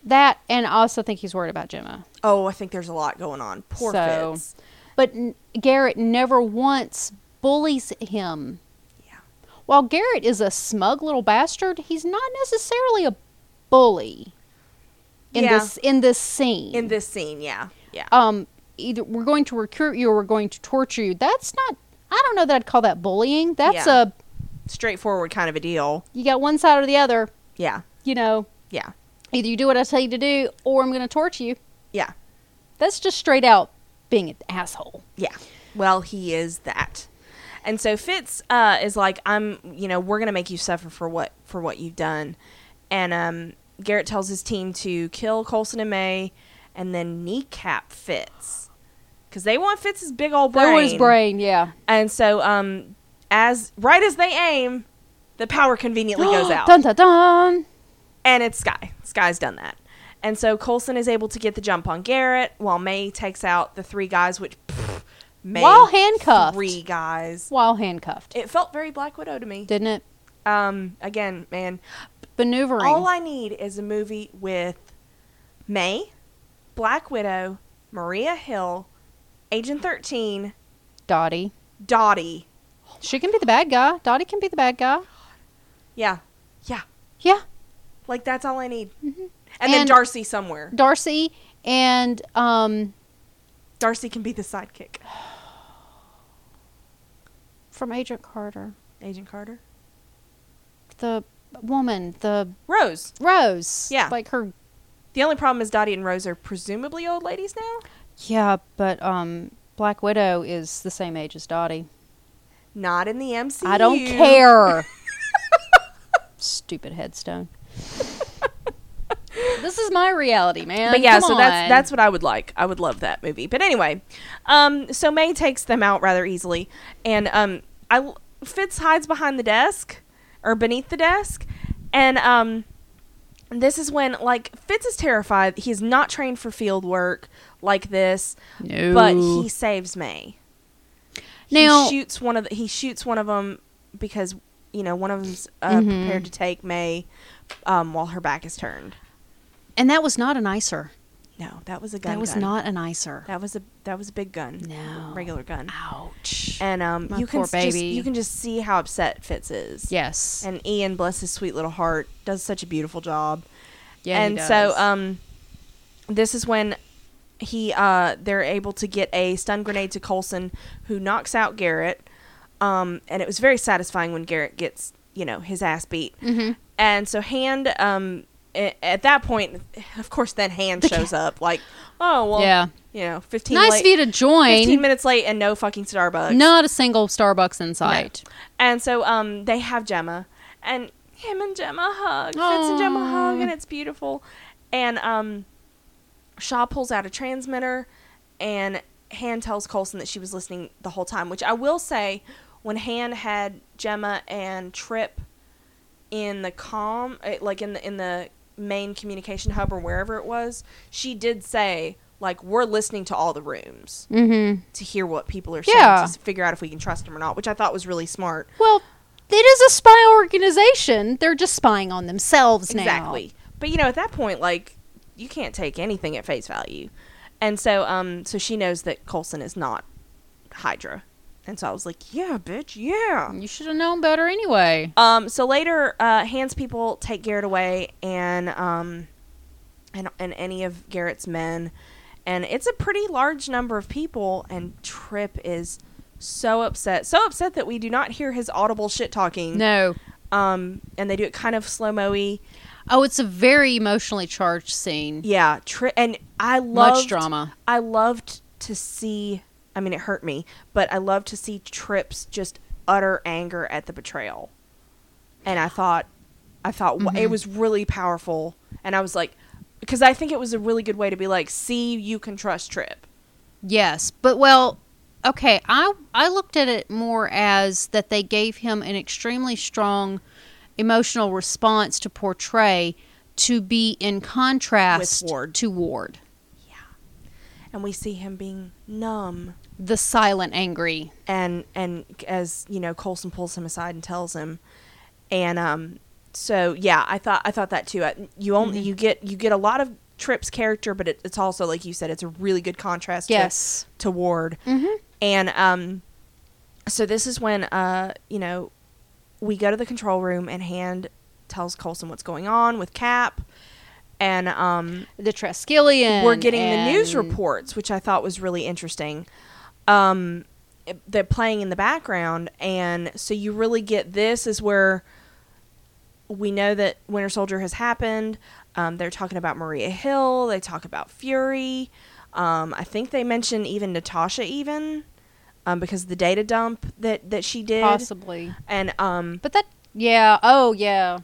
Speaker 2: that and i also think he's worried about gemma
Speaker 1: Oh, I think there's a lot going on. Poor
Speaker 2: So-
Speaker 1: Fitz.
Speaker 2: but n- garrett never once bullies him
Speaker 1: Yeah.
Speaker 2: While Garrett is a smug little bastard, he's not necessarily a bully in
Speaker 1: Yeah.
Speaker 2: this in this scene.
Speaker 1: In this scene, yeah. Uh, Yeah.
Speaker 2: um, either we're going to recruit you or we're going to torture you. That's not. I don't know that I'd call that bullying. That's
Speaker 1: Yeah.
Speaker 2: a
Speaker 1: Straightforward kind of a deal.
Speaker 2: you got one side or the other.
Speaker 1: Yeah.
Speaker 2: You know,
Speaker 1: Yeah.
Speaker 2: either you do what I tell you to do, or I'm going to torture you.
Speaker 1: Yeah.
Speaker 2: That's just straight out being an asshole.
Speaker 1: Yeah. Well, he is that. And so Fitz uh, is like, I'm, you know, we're gonna make you suffer for what for what you've done. And um, Garrett tells his team to kill Colson and May, and then kneecap Fitz, because they want Fitz's big old brain.
Speaker 2: That was brain. Yeah,
Speaker 1: And so, um, as right as they aim, the power conveniently goes out.
Speaker 2: dun dun dun.
Speaker 1: and it's Sky. Sky's done that. And so Colson is able to get the jump on Garrett while May takes out the three guys, which pff, May
Speaker 2: While handcuffed.
Speaker 1: three guys.
Speaker 2: While handcuffed,
Speaker 1: It felt very Black Widow to me.
Speaker 2: didn't it?
Speaker 1: Um, again, man,
Speaker 2: Maneuvering.
Speaker 1: all I need is a movie with May, Black Widow, Maria Hill, Agent Thirteen,
Speaker 2: Dottie.
Speaker 1: Dottie.
Speaker 2: She can be the bad guy. Dottie can be the bad guy.
Speaker 1: Yeah. Yeah.
Speaker 2: Yeah.
Speaker 1: Like that's all I need. And, then
Speaker 2: Mm-hmm. And-
Speaker 1: Darcy somewhere.
Speaker 2: Darcy and um
Speaker 1: Darcy can be the sidekick.
Speaker 2: from Agent Carter,
Speaker 1: Agent Carter.
Speaker 2: the woman, the
Speaker 1: Rose.
Speaker 2: Rose.
Speaker 1: Yeah.
Speaker 2: Like her
Speaker 1: The only problem is Dottie and Rose are presumably old ladies now.
Speaker 2: Yeah, but um Black Widow is the same age as Dottie.
Speaker 1: Not in the MCU.
Speaker 2: I don't care. Stupid headstone. this is my reality, man.
Speaker 1: But yeah,
Speaker 2: Come
Speaker 1: so that's
Speaker 2: on.
Speaker 1: that's what I would like. I would love that movie. But anyway, um, so May takes them out rather easily, and um, I Fitz hides behind the desk or beneath the desk, and um, this is when like Fitz is terrified. He is not trained for field work like this,
Speaker 2: no.
Speaker 1: but he saves May.
Speaker 2: Now-
Speaker 1: he shoots one of the, he shoots one of them because you know one of them's uh,
Speaker 2: Mhm.
Speaker 1: prepared to take May um, while her back is turned.
Speaker 2: and that was not an icer.
Speaker 1: No, that was a gun.
Speaker 2: That was
Speaker 1: gun.
Speaker 2: not an icer.
Speaker 1: That was a that was a big gun.
Speaker 2: No.
Speaker 1: regular gun.
Speaker 2: Ouch.
Speaker 1: And um,
Speaker 2: My
Speaker 1: you can
Speaker 2: poor
Speaker 1: s- just
Speaker 2: baby.
Speaker 1: you can just see how upset Fitz is.
Speaker 2: yes.
Speaker 1: And Ian, bless his sweet little heart, does such a beautiful job.
Speaker 2: yeah. he
Speaker 1: and
Speaker 2: does.
Speaker 1: so um, this is when he uh they're able to get a stun grenade to Colson, who knocks out Garrett. Um, and it was very satisfying when Garrett gets you know his ass beat.
Speaker 2: Mhm.
Speaker 1: And so Hand um. a- At that point, of course, then Hand shows up like, oh well,
Speaker 2: Yeah.
Speaker 1: you know, fifteen.
Speaker 2: nice
Speaker 1: late-
Speaker 2: of you to
Speaker 1: 15
Speaker 2: join.
Speaker 1: minutes late and no fucking Starbucks.
Speaker 2: Not a single Starbucks in sight.
Speaker 1: And so um they have Gemma and him and Gemma hug. Fitz and Gemma hug
Speaker 2: Aw.
Speaker 1: and it's beautiful. And um Shaw pulls out a transmitter and Han tells Colson that she was listening the whole time, which I will say when Han had Gemma and Trip in the com eh, like in the in the main communication hub or wherever it was, she did say like we're listening to all the rooms
Speaker 2: Mm-hmm.
Speaker 1: to hear what people are saying
Speaker 2: Yeah.
Speaker 1: to s- figure out if we can trust them or not, which I thought was really smart.
Speaker 2: Well, it is a spy organization. They're just spying on themselves now.
Speaker 1: Exactly. But you know, at that point, like you can't take anything at face value, and so um, so she knows that Colson is not Hydra, and so I was like, yeah, bitch, yeah.
Speaker 2: You should have known better anyway.
Speaker 1: Um, so later, uh, Hans people take Garrett away, and um, and and any of Garrett's men, and it's a pretty large number of people. And Trip is so upset, so upset that we do not hear his audible shit talking.
Speaker 2: No.
Speaker 1: Um, and they do it kind of slow mo y.
Speaker 2: Oh, it's a very emotionally charged scene.
Speaker 1: Yeah, tri- and I loved
Speaker 2: drama.
Speaker 1: I loved to see. I mean, it hurt me, but I loved to see Trips just utter anger at the betrayal, and I thought, I thought wa- it was really powerful, and I was like, because I think it was a really good way to be like, see, you can trust Trip.
Speaker 2: Yes, but well, okay. I I looked at it more as that they gave him an extremely strong emotional response to portray to be in contrast
Speaker 1: Ward.
Speaker 2: to Ward,
Speaker 1: And we see him being numb,
Speaker 2: the silent angry.
Speaker 1: and and as you know, Colson pulls him aside and tells him, and um, so yeah, I thought I thought that too. I, you only you get you get a lot of Tripp's character, but it, it's also like you said, it's a really good contrast. to-
Speaker 2: Yes.
Speaker 1: to Ward, and um, so this is when uh, you know, we go to the control room and Hand tells Colson what's going on with Cap, and um,
Speaker 2: The Traskillian.
Speaker 1: we're getting the news
Speaker 2: and-
Speaker 1: reports, which I thought was really interesting. Um, it- they're playing in the background, and so you really get this is where we know that Winter Soldier has happened. Um, they're talking about Maria Hill. They talk about Fury. Um, I think they mention even Natasha, even um, because of the data dump that that she did,
Speaker 2: Possibly.
Speaker 1: and um,
Speaker 2: But that yeah, oh yeah.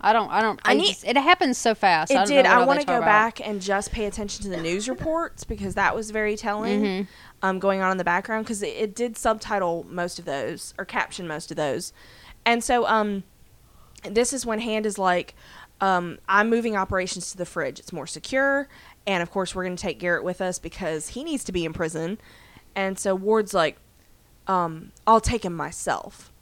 Speaker 2: I don't I don't
Speaker 1: I
Speaker 2: I
Speaker 1: need-
Speaker 2: just- it happens so fast. I
Speaker 1: It
Speaker 2: don't
Speaker 1: did.
Speaker 2: know what
Speaker 1: I
Speaker 2: all
Speaker 1: want
Speaker 2: they
Speaker 1: to
Speaker 2: talk
Speaker 1: go
Speaker 2: about.
Speaker 1: back and just pay attention to the news reports because that was very telling
Speaker 2: Mm-hmm.
Speaker 1: um, going on in the background because it, it did subtitle most of those or caption most of those. And so um, this is when Hand is like, um, I'm moving operations to the fridge. It's more secure. And of course, we're going to take Garrett with us because he needs to be in prison. And so Ward's like, um, I'll take him myself.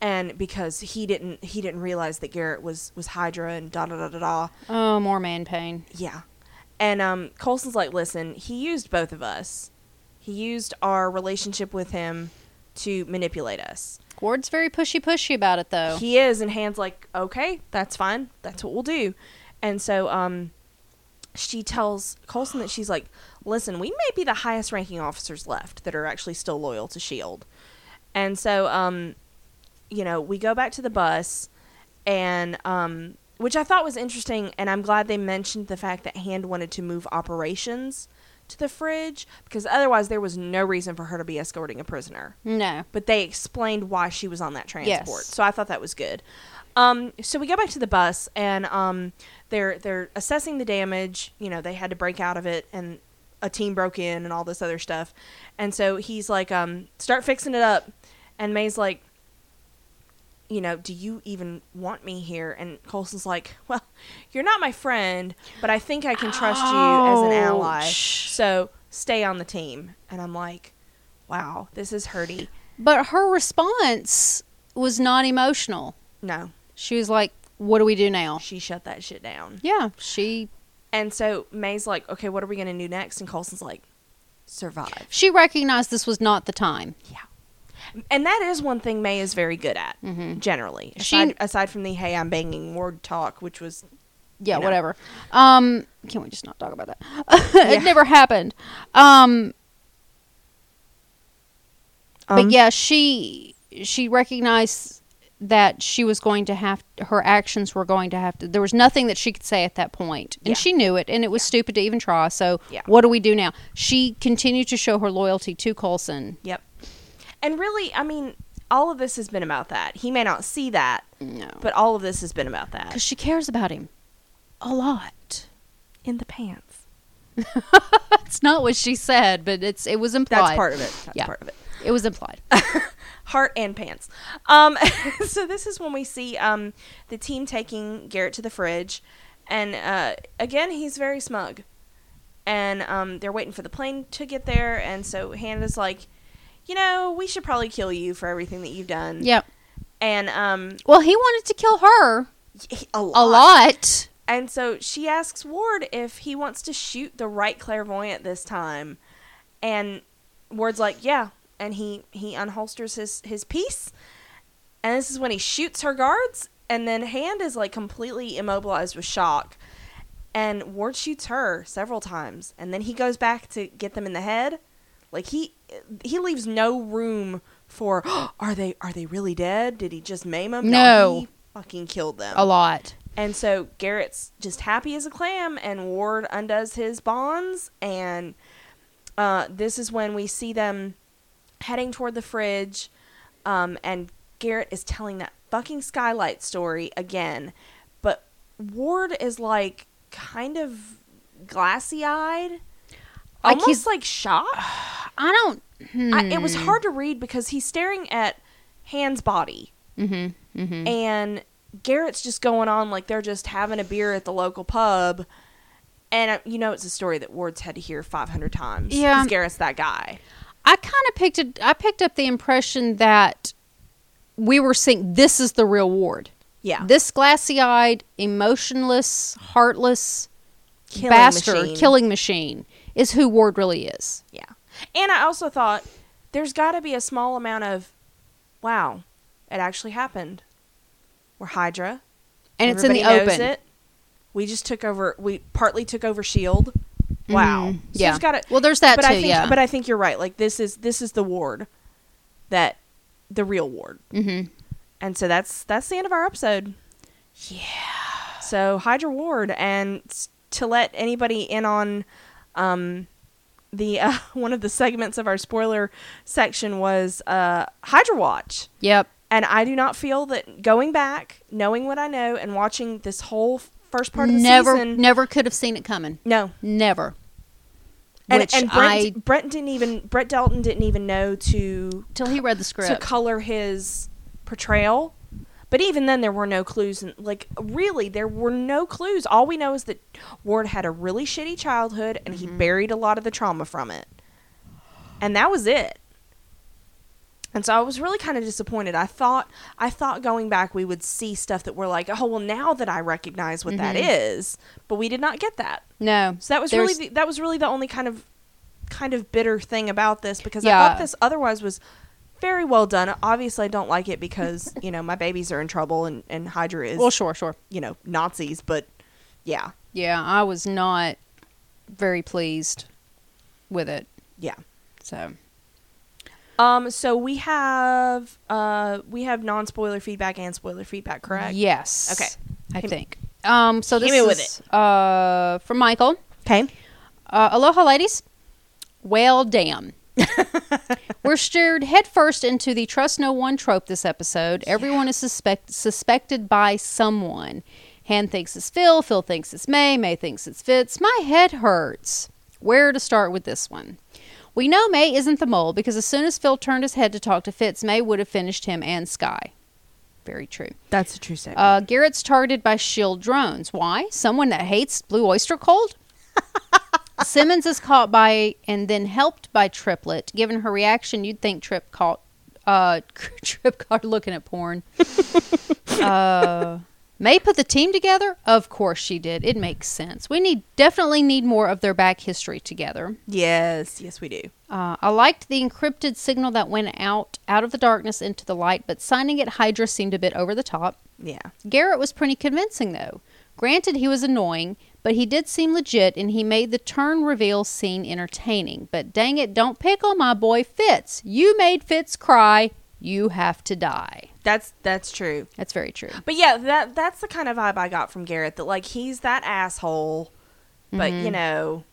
Speaker 1: And because he didn't, he didn't realize that Garrett was was Hydra and da da da da da.
Speaker 2: Oh, more man pain.
Speaker 1: Yeah. And um, Colson's like, listen, he used both of us. He used our relationship with him to manipulate us.
Speaker 2: Ward's very pushy pushy about it though.
Speaker 1: He is, and Han's like, okay, that's fine. That's what we'll do. And so um, she tells Colson that she's like, listen, we may be the highest ranking officers left that are actually still loyal to S.H.I.E.L.D. E And so, um, you know, we go back to the bus, and um, which I thought was interesting, and I'm glad they mentioned the fact that Hand wanted to move operations to the fridge because otherwise there was no reason for her to be escorting a prisoner
Speaker 2: no.
Speaker 1: but they explained why she was on that transport.
Speaker 2: Yes.
Speaker 1: So I thought that was good. Um, so we go back to the bus, and um, they're they're assessing the damage. You know, they had to break out of it, and a team broke in, and all this other stuff. And so he's like, um, "Start fixing it up," and May's like, "You know, do you even want me here?" And Colson's like, "Well, you're not my friend, but I think I can trust you as an ally.
Speaker 2: Ouch.
Speaker 1: So stay on the team." And I'm like, "Wow, this is hurty."
Speaker 2: But her response was not emotional.
Speaker 1: No,
Speaker 2: She was like, "What do we do now?"
Speaker 1: she shut that shit down.
Speaker 2: Yeah, she
Speaker 1: And so May's like, okay, what are we going to do next? And Colson's like, survive.
Speaker 2: she recognized this was not the time.
Speaker 1: And that is one thing May is very good at, generally.
Speaker 2: Mm-hmm. She-
Speaker 1: Aside, aside from the, hey, I'm banging word talk, which was,
Speaker 2: Yeah,
Speaker 1: You know.
Speaker 2: whatever. Um, can we just not talk about that?
Speaker 1: Yeah.
Speaker 2: it never happened. Um, but
Speaker 1: Um.
Speaker 2: yeah, she she recognized that she was going to have her actions were going to have to. There was nothing that she could say at that point, and
Speaker 1: Yeah.
Speaker 2: she knew it, and it was stupid to even try. So
Speaker 1: Yeah.
Speaker 2: what do we do now? She continued to show her loyalty to Colson.
Speaker 1: yep. And really, I mean, all of this has been about that. He may not see that,
Speaker 2: No,
Speaker 1: but all of this has been about
Speaker 2: because
Speaker 1: that.
Speaker 2: she cares about him a lot.
Speaker 1: In the pants.
Speaker 2: That's not what she said, but it's it was implied.
Speaker 1: That's part of it. That's
Speaker 2: Yeah.
Speaker 1: part of it.
Speaker 2: It was implied.
Speaker 1: heart and pants. Um, so this is when we see um, the team taking Garrett to the fridge, and uh, again he's very smug, and um, they're waiting for the plane to get there, and so Hannah's like, you know, we should probably kill you for everything that you've done.
Speaker 2: yep.
Speaker 1: And um,
Speaker 2: Well, he wanted to kill her
Speaker 1: he- a lot.
Speaker 2: a lot.
Speaker 1: And so she asks Ward if he wants to shoot the right clairvoyant this time, and Ward's like, "Yeah." And he he unholsters his his piece, and this is when he shoots her guards, and then Hand is like completely immobilized with shock, and Ward shoots her several times, and then he goes back to get them in the head, like he he leaves no room for are they are they really dead? Did he just maim them?
Speaker 2: No.
Speaker 1: he fucking killed them.
Speaker 2: A lot.
Speaker 1: And so Garrett's just happy as a clam, and Ward undoes his bonds. And uh, this is when we see them heading toward the fridge. Um, and Garrett is telling that fucking skylight story again. But Ward is like kind of glassy eyed.
Speaker 2: Like
Speaker 1: almost
Speaker 2: he's-
Speaker 1: like shocked.
Speaker 2: I don't.
Speaker 1: I, it
Speaker 2: Hmm.
Speaker 1: was hard to read because he's staring at Han's body
Speaker 2: Mm-hmm. Mm-hmm.
Speaker 1: and Garrett's just going on like they're just having a beer at the local pub. And uh, you know, it's a story that Ward's had to hear 500 times. 'cause
Speaker 2: Yeah.
Speaker 1: Garrett's that guy.
Speaker 2: I kind of picked. it I picked up the impression that we were seeing this is the real Ward.
Speaker 1: Yeah.
Speaker 2: This glassy-eyed, emotionless, heartless
Speaker 1: Killing
Speaker 2: bastard
Speaker 1: machine.
Speaker 2: killing machine is who Ward really is.
Speaker 1: Yeah. And I also thought there's got to be a small amount of, wow, it actually happened. We're Hydra.
Speaker 2: And it's in the
Speaker 1: Everybody
Speaker 2: open.
Speaker 1: knows it. We just took over, we partly took over S.H.I.E.L.D. E Wow.
Speaker 2: Mhm.
Speaker 1: So
Speaker 2: Yeah.
Speaker 1: there's gotta-
Speaker 2: well, there's that
Speaker 1: but
Speaker 2: too.
Speaker 1: I think,
Speaker 2: yeah.
Speaker 1: But I think you're right. Like this is this is the ward that the real ward,
Speaker 2: mm-hmm.
Speaker 1: and so that's that's the end of our episode. Yeah. So Hydra Ward, and s- to let anybody in on, um, the uh, one of the segments of our spoiler section was uh Hydra Watch.
Speaker 2: Yep.
Speaker 1: And I do not feel that going back, knowing what I know, and watching this whole f- first part of the
Speaker 2: Never,
Speaker 1: season,
Speaker 2: never could have seen it coming.
Speaker 1: no,
Speaker 2: Never.
Speaker 1: and,
Speaker 2: Which
Speaker 1: and Brent,
Speaker 2: I
Speaker 1: Brent didn't even Brett Dalton didn't even know to
Speaker 2: till he read the script.
Speaker 1: to color his portrayal. But even then, there were no clues, and like really, there were no clues. All we know is that Ward had a really shitty childhood, and he buried a lot of the trauma from it, and that was it. And so I was really kind of disappointed. I thought I thought going back we would see stuff that we're like, oh well, now that I recognize what that is, but we did not get that.
Speaker 2: no.
Speaker 1: So that was
Speaker 2: There's-
Speaker 1: really the, that was really the only kind of kind of bitter thing about this because I
Speaker 2: Yeah.
Speaker 1: thought this otherwise was very well done. Obviously, I don't like it because you know my babies are in trouble and and Hydra is
Speaker 2: Well, sure, sure.
Speaker 1: you know Nazis, but yeah,
Speaker 2: Yeah, I was not very pleased with it.
Speaker 1: yeah.
Speaker 2: So
Speaker 1: Um, so we have uh we have non spoiler feedback and spoiler feedback, correct?
Speaker 2: yes,
Speaker 1: Okay.
Speaker 2: I
Speaker 1: Hit-
Speaker 2: think. Um, so
Speaker 1: hit
Speaker 2: this
Speaker 1: me with
Speaker 2: is uh from Michael.
Speaker 1: Okay.
Speaker 2: Uh, aloha, ladies. Well, damn. We're steered headfirst into the trust no one trope this episode. Everyone is suspect suspected by someone. Han thinks it's Phil, Phil thinks it's May, May thinks it's Fitz. My head hurts. Where to start with this one? We know May isn't the mole because as soon as Phil turned his head to talk to Fitz, May would have finished him and Sky. Very true.
Speaker 1: That's a true statement.
Speaker 2: Uh, Garrett's targeted by shield drones. Why? Someone that hates Blue Oyster Cold? Simmons is caught by and then helped by Triplet. Given her reaction, you'd think Trip caught uh, Trip caught her looking at porn. uh, May put the team together. Of course she did. It makes sense. We need definitely need more of their back history together.
Speaker 1: yes, yes, we do.
Speaker 2: Uh, I liked the encrypted signal that went out out of the darkness into the light, but signing it Hydra seemed a bit over the top.
Speaker 1: Yeah.
Speaker 2: Garrett was pretty convincing, though. Granted, he was annoying, but he did seem legit and he made the turn reveal scene entertaining. But dang it, don't pick on my boy Fitz. You made Fitz cry. You have to die.
Speaker 1: That's that's true.
Speaker 2: That's very true.
Speaker 1: But yeah, that that's the kind of vibe I got from Garrett that like he's that asshole, but you know,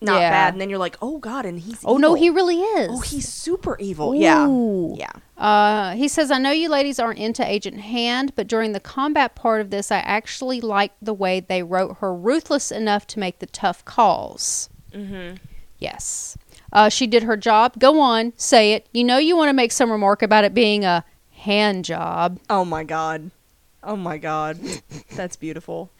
Speaker 1: not
Speaker 2: Mm-hmm. Yeah.
Speaker 1: bad. And then you're like, oh god, and he's
Speaker 2: Oh, no,
Speaker 1: evil.
Speaker 2: he really is.
Speaker 1: oh he's super evil.
Speaker 2: Ooh.
Speaker 1: Yeah, yeah.
Speaker 2: Uh, he says, I know you ladies aren't into Agent Hand, but during the combat part of this, I actually liked the way they wrote her ruthless enough to make the tough calls.
Speaker 1: Mm-hmm.
Speaker 2: Yes. Uh, she did her job. Go on, say it. You know you want to make some remark about it being a hand job.
Speaker 1: Oh my god. Oh my god. That's beautiful.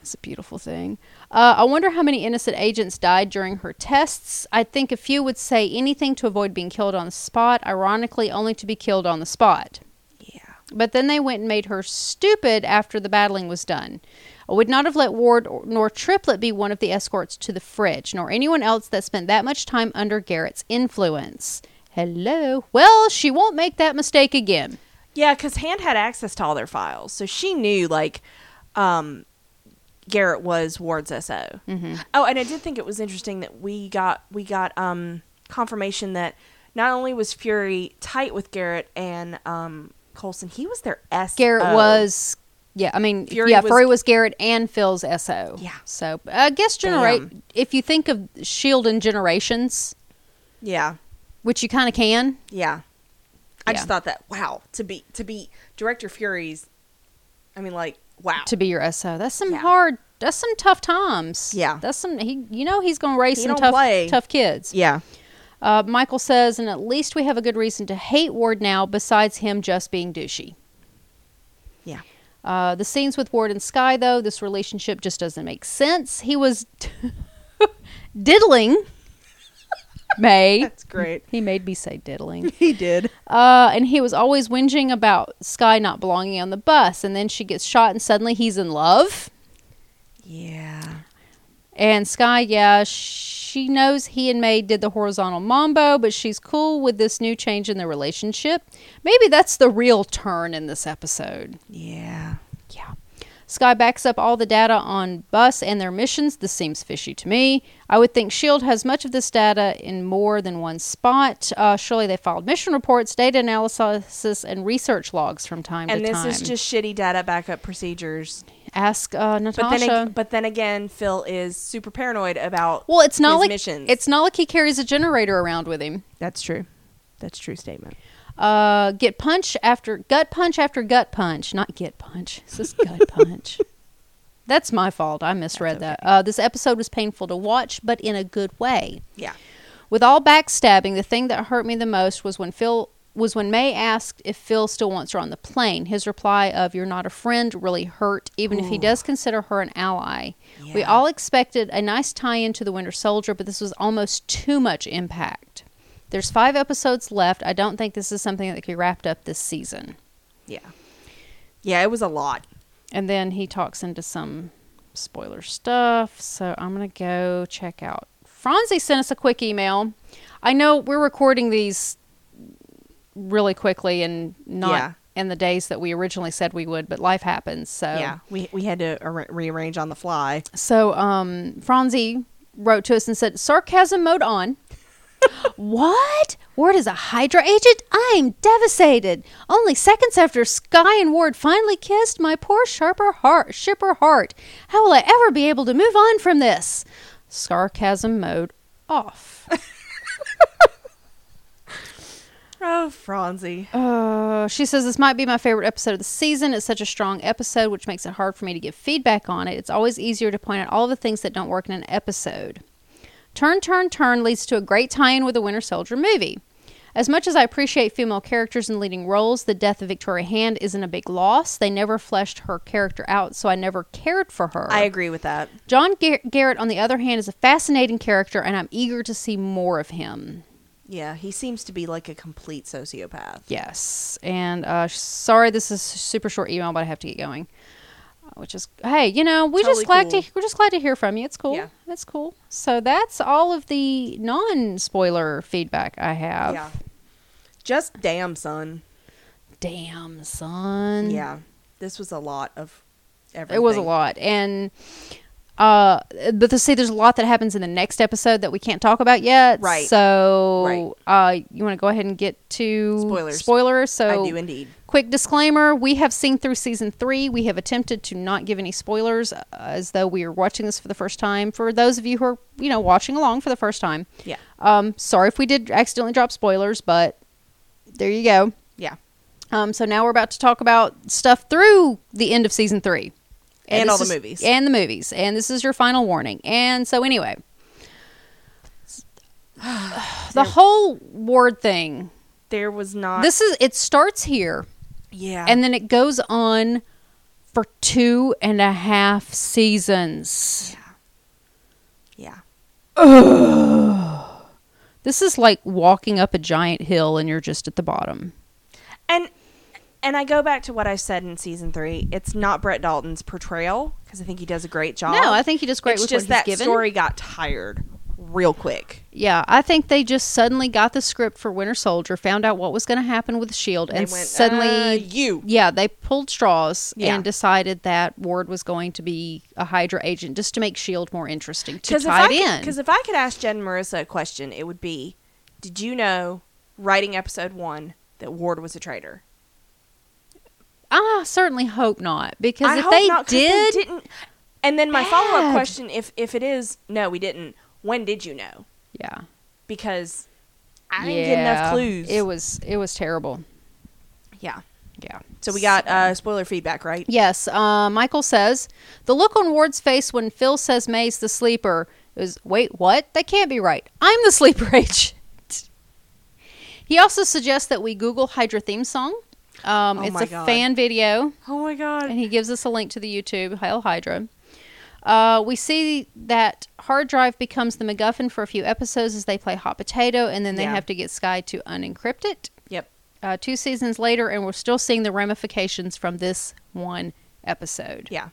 Speaker 2: It's a beautiful thing. Uh, I wonder how many innocent agents died during her tests. I think a few would say anything to avoid being killed on the spot, ironically, only to be killed on the spot.
Speaker 1: Yeah.
Speaker 2: But then they went and made her stupid after the battling was done. I would not have let Ward or, nor Triplet be one of the escorts to the fridge, nor anyone else that spent that much time under Garrett's influence. Hello. Well, she won't make that mistake again.
Speaker 1: Yeah, because Hand had access to all their files, so she knew like um, Garrett was Ward's SO. Mm-hmm. Oh, and I did think it was interesting that we got we got um, confirmation that not only was Fury tight with Garrett and um, Colson, he was their SO.
Speaker 2: Garrett was, yeah, I mean,
Speaker 1: Oh. Fury
Speaker 2: yeah,
Speaker 1: was-
Speaker 2: Fury was Garrett and Phil's SO.
Speaker 1: Yeah.
Speaker 2: So I guess generate,
Speaker 1: Damn.
Speaker 2: if you think of S.H.I.E.L.D. E and generations,
Speaker 1: yeah,
Speaker 2: which you kind of can,
Speaker 1: yeah. I just
Speaker 2: Yeah.
Speaker 1: thought that wow to be to be Director Fury's. I mean, like wow.
Speaker 2: to be your SO. That's some
Speaker 1: Yeah.
Speaker 2: hard. That's some tough times.
Speaker 1: Yeah.
Speaker 2: That's some. He, you know, he's gonna raise
Speaker 1: He
Speaker 2: some
Speaker 1: don't
Speaker 2: tough,
Speaker 1: play.
Speaker 2: tough kids.
Speaker 1: yeah,
Speaker 2: Uh, Michael says, and at least we have a good reason to hate Ward now, besides him just being douchey.
Speaker 1: yeah.
Speaker 2: Uh, the scenes with Ward and Sky, though, this relationship just doesn't make sense. He was diddling May.
Speaker 1: That's great.
Speaker 2: He made me say diddling.
Speaker 1: he did.
Speaker 2: Uh, and he was always whinging about Sky not belonging on the bus. And then she gets shot, and suddenly he's in love.
Speaker 1: Yeah.
Speaker 2: And Sky, yeah, she knows he and May did the horizontal mambo, but she's cool with this new change in the relationship. Maybe that's the real turn in this episode.
Speaker 1: Yeah.
Speaker 2: Yeah. Sky backs up all the data on Bus and their missions. This seems fishy to me. I would think S.H.I.E.L.D. has much of this data in more than one spot. Uh, surely they filed mission reports, data analysis, and research logs from time
Speaker 1: and
Speaker 2: to
Speaker 1: this
Speaker 2: time.
Speaker 1: is just shitty data backup proceders.
Speaker 2: Ask uh, Natasha.
Speaker 1: But then, ag- but then again, Phil is super paranoid about.
Speaker 2: well, it's not
Speaker 1: his
Speaker 2: like
Speaker 1: missions.
Speaker 2: it's not like he carries a generator around with him.
Speaker 1: that's true. That's true statement.
Speaker 2: Uh, get punch after gut punch after gut punch, not get punch. This is gut punch. That's my fault. I misread that. Uh, this episode was painful to watch, but in a good way.
Speaker 1: Yeah.
Speaker 2: With all backstabbing, the thing that hurt me the most was when Phil was when May asked if Phil still wants her on the plane. His reply of "You're not a friend" really hurt, even if he does consider her an ally. We
Speaker 1: Yeah.
Speaker 2: all expected a nice tie-in to the Winter Soldier, but this was almost too much impact. There's five episodes left. I don't think this is something that could be wrapped up this season.
Speaker 1: Yeah. Yeah, it was a lot.
Speaker 2: And then he talks into some spoiler stuff. So I'm going to go check out. Franzi sent us a quick email. I know we're recording these really quickly and not
Speaker 1: Yeah.
Speaker 2: in the days that we originally said we would, but life happens. So
Speaker 1: yeah, we we had to arra- rearrange on the fly.
Speaker 2: So um, Franzi wrote to us and said, "Sarcasm mode on." what? Ward is a Hydra agent? I'm devastated. Only seconds after Sky and Ward finally kissed, my poor sharper heart, shipper heart. How will I ever be able to move on from this? Sarcasm mode off.
Speaker 1: Oh, Phronsie.
Speaker 2: Uh, she says this might be my favorite episode of the season. It's such a strong episode, which makes it hard for me to give feedback on it. It's always easier to point out all the things that don't work in an episode. Turn, Turn, Turn leads to a great tie in with the Winter Soldier movie. As much as I appreciate female characters in leading roles, the death of Victoria Hand isn't a big loss. They never fleshed her character out, so I never cared for her.
Speaker 1: I agree with that.
Speaker 2: John Gar- Garrett, on the other hand, is a fascinating character, and I'm eager to see more of him.
Speaker 1: Yeah, he seems to be like a complete sociopath.
Speaker 2: Yes. And uh, sorry, this is a super short email, but I have to get going. Uh, Which is hey, you know, we
Speaker 1: Totally
Speaker 2: just glad
Speaker 1: cool.
Speaker 2: to we're just glad to hear from you. It's cool.
Speaker 1: Yeah.
Speaker 2: It's cool. So that's all of the non spoiler feedback I have.
Speaker 1: Yeah. Just damn, son.
Speaker 2: Damn son.
Speaker 1: Yeah. This was a lot of everything.
Speaker 2: Mm-hmm. It was a lot. And uh but to see there's a lot that happens in the next episode that we can't talk about yet.
Speaker 1: Right.
Speaker 2: So uh you wanna go ahead and get to
Speaker 1: Spoilers.
Speaker 2: spoilers. So
Speaker 1: I do indeed.
Speaker 2: Quick disclaimer we have seen through season three. We have attempted to not give any spoilers uh, as though we are watching this for the first time. For those of you who are, you know, watching along for the first time,
Speaker 1: Yeah.
Speaker 2: um, sorry if we did accidentally drop spoilers, but there you go.
Speaker 1: Yeah.
Speaker 2: Um, so now we're about to talk about stuff through the end of season three.
Speaker 1: And all
Speaker 2: this
Speaker 1: the
Speaker 2: is-
Speaker 1: movies.
Speaker 2: And the movies. And this is your final warning. And so, anyway, the whole Ward thing,
Speaker 1: There was not.
Speaker 2: this is, it starts here.
Speaker 1: yeah.
Speaker 2: And then it goes on for two and a half seasons.
Speaker 1: yeah.
Speaker 2: This is like walking up a giant hill and you're just at the bottom.
Speaker 1: And and I go back to what I said in season three. It's not Brett Dalton's portrayal because I think he does a great job.
Speaker 2: No, I think he does great
Speaker 1: it's
Speaker 2: with
Speaker 1: just
Speaker 2: what he's
Speaker 1: that
Speaker 2: given.
Speaker 1: story got tired real quick.
Speaker 2: Yeah, I think they just suddenly got the script for Winter Soldier, found out what was going to happen with Shield, E and
Speaker 1: they went
Speaker 2: suddenly,
Speaker 1: "Uh, you
Speaker 2: yeah, they pulled straws
Speaker 1: Yeah.
Speaker 2: and decided that Ward was going to be a Hydra agent just to make Shield E more interesting to
Speaker 1: Because if
Speaker 2: tie
Speaker 1: I
Speaker 2: it in.
Speaker 1: Because if I could ask Jen and Marissa a question, it would be, "Did you know, writing episode one, that Ward was a traitor?"
Speaker 2: I certainly hope not, because
Speaker 1: I
Speaker 2: if
Speaker 1: hope
Speaker 2: they
Speaker 1: not, 'cause
Speaker 2: did,
Speaker 1: they didn't. And then my follow
Speaker 2: Bad.
Speaker 1: up question, if if it is, no, we didn't. When did you know?
Speaker 2: yeah.
Speaker 1: Because I didn't get enough clues.
Speaker 2: It was it was terrible.
Speaker 1: yeah.
Speaker 2: Yeah.
Speaker 1: So we got uh, spoiler feedback, right?
Speaker 2: Yes, uh, Michael says the look on Ward's face when Phil says May's the sleeper is wait what? That can't be right. I'm the sleeper agent. He also suggests that we Google Hydra theme song. Um,
Speaker 1: Oh
Speaker 2: it's
Speaker 1: my
Speaker 2: a
Speaker 1: God.
Speaker 2: fan video
Speaker 1: Oh my god.
Speaker 2: and he gives us a link to the YouTube Hail Hydra. Uh, we see that hard drive becomes the MacGuffin for a few episodes as they play hot potato, and then they
Speaker 1: Yeah.
Speaker 2: have to get Sky to unencrypt it.
Speaker 1: Yep.
Speaker 2: Uh, two seasons later, and we're still seeing the ramifications from this one episode.
Speaker 1: Yeah.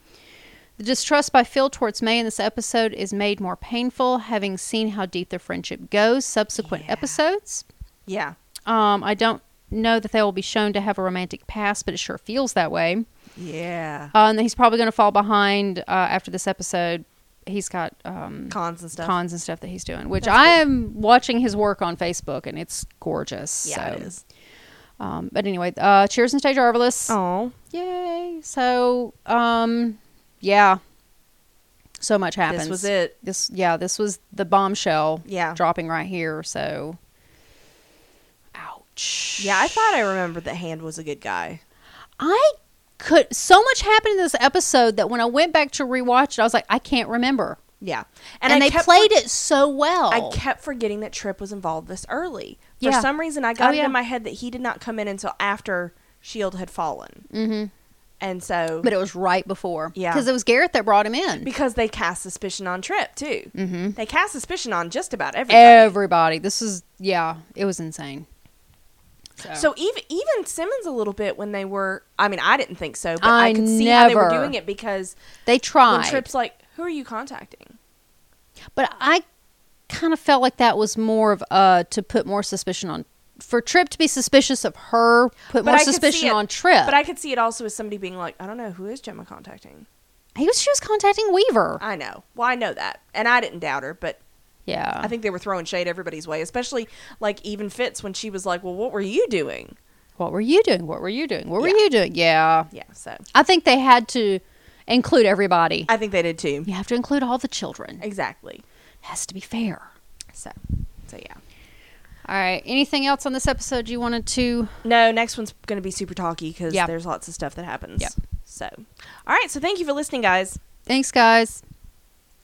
Speaker 2: The distrust by Phil towards May in this episode is made more painful, having seen how deep their friendship goes. Subsequent
Speaker 1: Yeah.
Speaker 2: episodes.
Speaker 1: Yeah.
Speaker 2: Um, I don't know that they will be shown to have a romantic past, but it sure feels that way.
Speaker 1: Yeah.
Speaker 2: Uh, and he's probably going to fall behind uh, after this episode. He's got um,
Speaker 1: Cons and stuff.
Speaker 2: cons and stuff that he's doing, which I am watching his work on Facebook, and it's gorgeous.
Speaker 1: yeah,
Speaker 2: so.
Speaker 1: it is.
Speaker 2: Um, but anyway, uh, cheers and stay Jarvelous.
Speaker 1: Oh.
Speaker 2: Yay! So, um, yeah, so much happens.
Speaker 1: This was it.
Speaker 2: This, yeah, this was the bombshell.
Speaker 1: Yeah.
Speaker 2: dropping right here. So, ouch.
Speaker 1: Yeah, I thought I remembered that Hand was a good guy.
Speaker 2: I could so much happened in this episode that when I went back to rewatch it, I was like, I can't remember.
Speaker 1: Yeah.
Speaker 2: And,
Speaker 1: I
Speaker 2: they
Speaker 1: kept
Speaker 2: played it so well.
Speaker 1: I kept forgetting that Trip was involved this early. For
Speaker 2: Yeah.
Speaker 1: some reason, I got
Speaker 2: Oh,
Speaker 1: it
Speaker 2: yeah.
Speaker 1: in my head that he did not come in until after Shield E had fallen,
Speaker 2: Mhm.
Speaker 1: and so
Speaker 2: but it was right before.
Speaker 1: Yeah.
Speaker 2: because it was Garrett that brought him in.
Speaker 1: because they cast suspicion on Trip too, mm-hmm. they cast suspicion on just about everybody.
Speaker 2: Everybody, this is yeah, it was insane. Oh.
Speaker 1: so even even Simmons a little bit when they were. I mean, I didn't think so, but I,
Speaker 2: I
Speaker 1: could see how they were
Speaker 2: never
Speaker 1: doing it because
Speaker 2: they
Speaker 1: when
Speaker 2: tried,
Speaker 1: Trip's like, "Who are you contacting?"
Speaker 2: but I kind of felt like that was more of uh to put more suspicion on for Trip to be suspicious of her, put more
Speaker 1: I could see
Speaker 2: suspicion
Speaker 1: it-
Speaker 2: on Trip.
Speaker 1: But I could see it also as somebody being like, I don't know who is Gemma contacting.
Speaker 2: he was she was contacting Weaver.
Speaker 1: I know. Well, I know that, and I didn't doubt her, but
Speaker 2: yeah,
Speaker 1: I think they were throwing shade everybody's way, especially like even Fitz when she was like, "Well, what were you doing?"
Speaker 2: what were you doing? What were you doing? What were
Speaker 1: Yeah.
Speaker 2: you doing? Yeah,
Speaker 1: Yeah, so
Speaker 2: I think they had to include everybody.
Speaker 1: I think they did too.
Speaker 2: you have to include all the children. It
Speaker 1: Exactly.
Speaker 2: has to be fair.
Speaker 1: So, so yeah.
Speaker 2: All right. Anything else on this episode you wanted to?
Speaker 1: No, next one's going to be super talky because
Speaker 2: Yeah.
Speaker 1: there's lots of stuff that happens.
Speaker 2: Yep.
Speaker 1: So, all right. So thank you for listening, guys.
Speaker 2: Thanks, guys.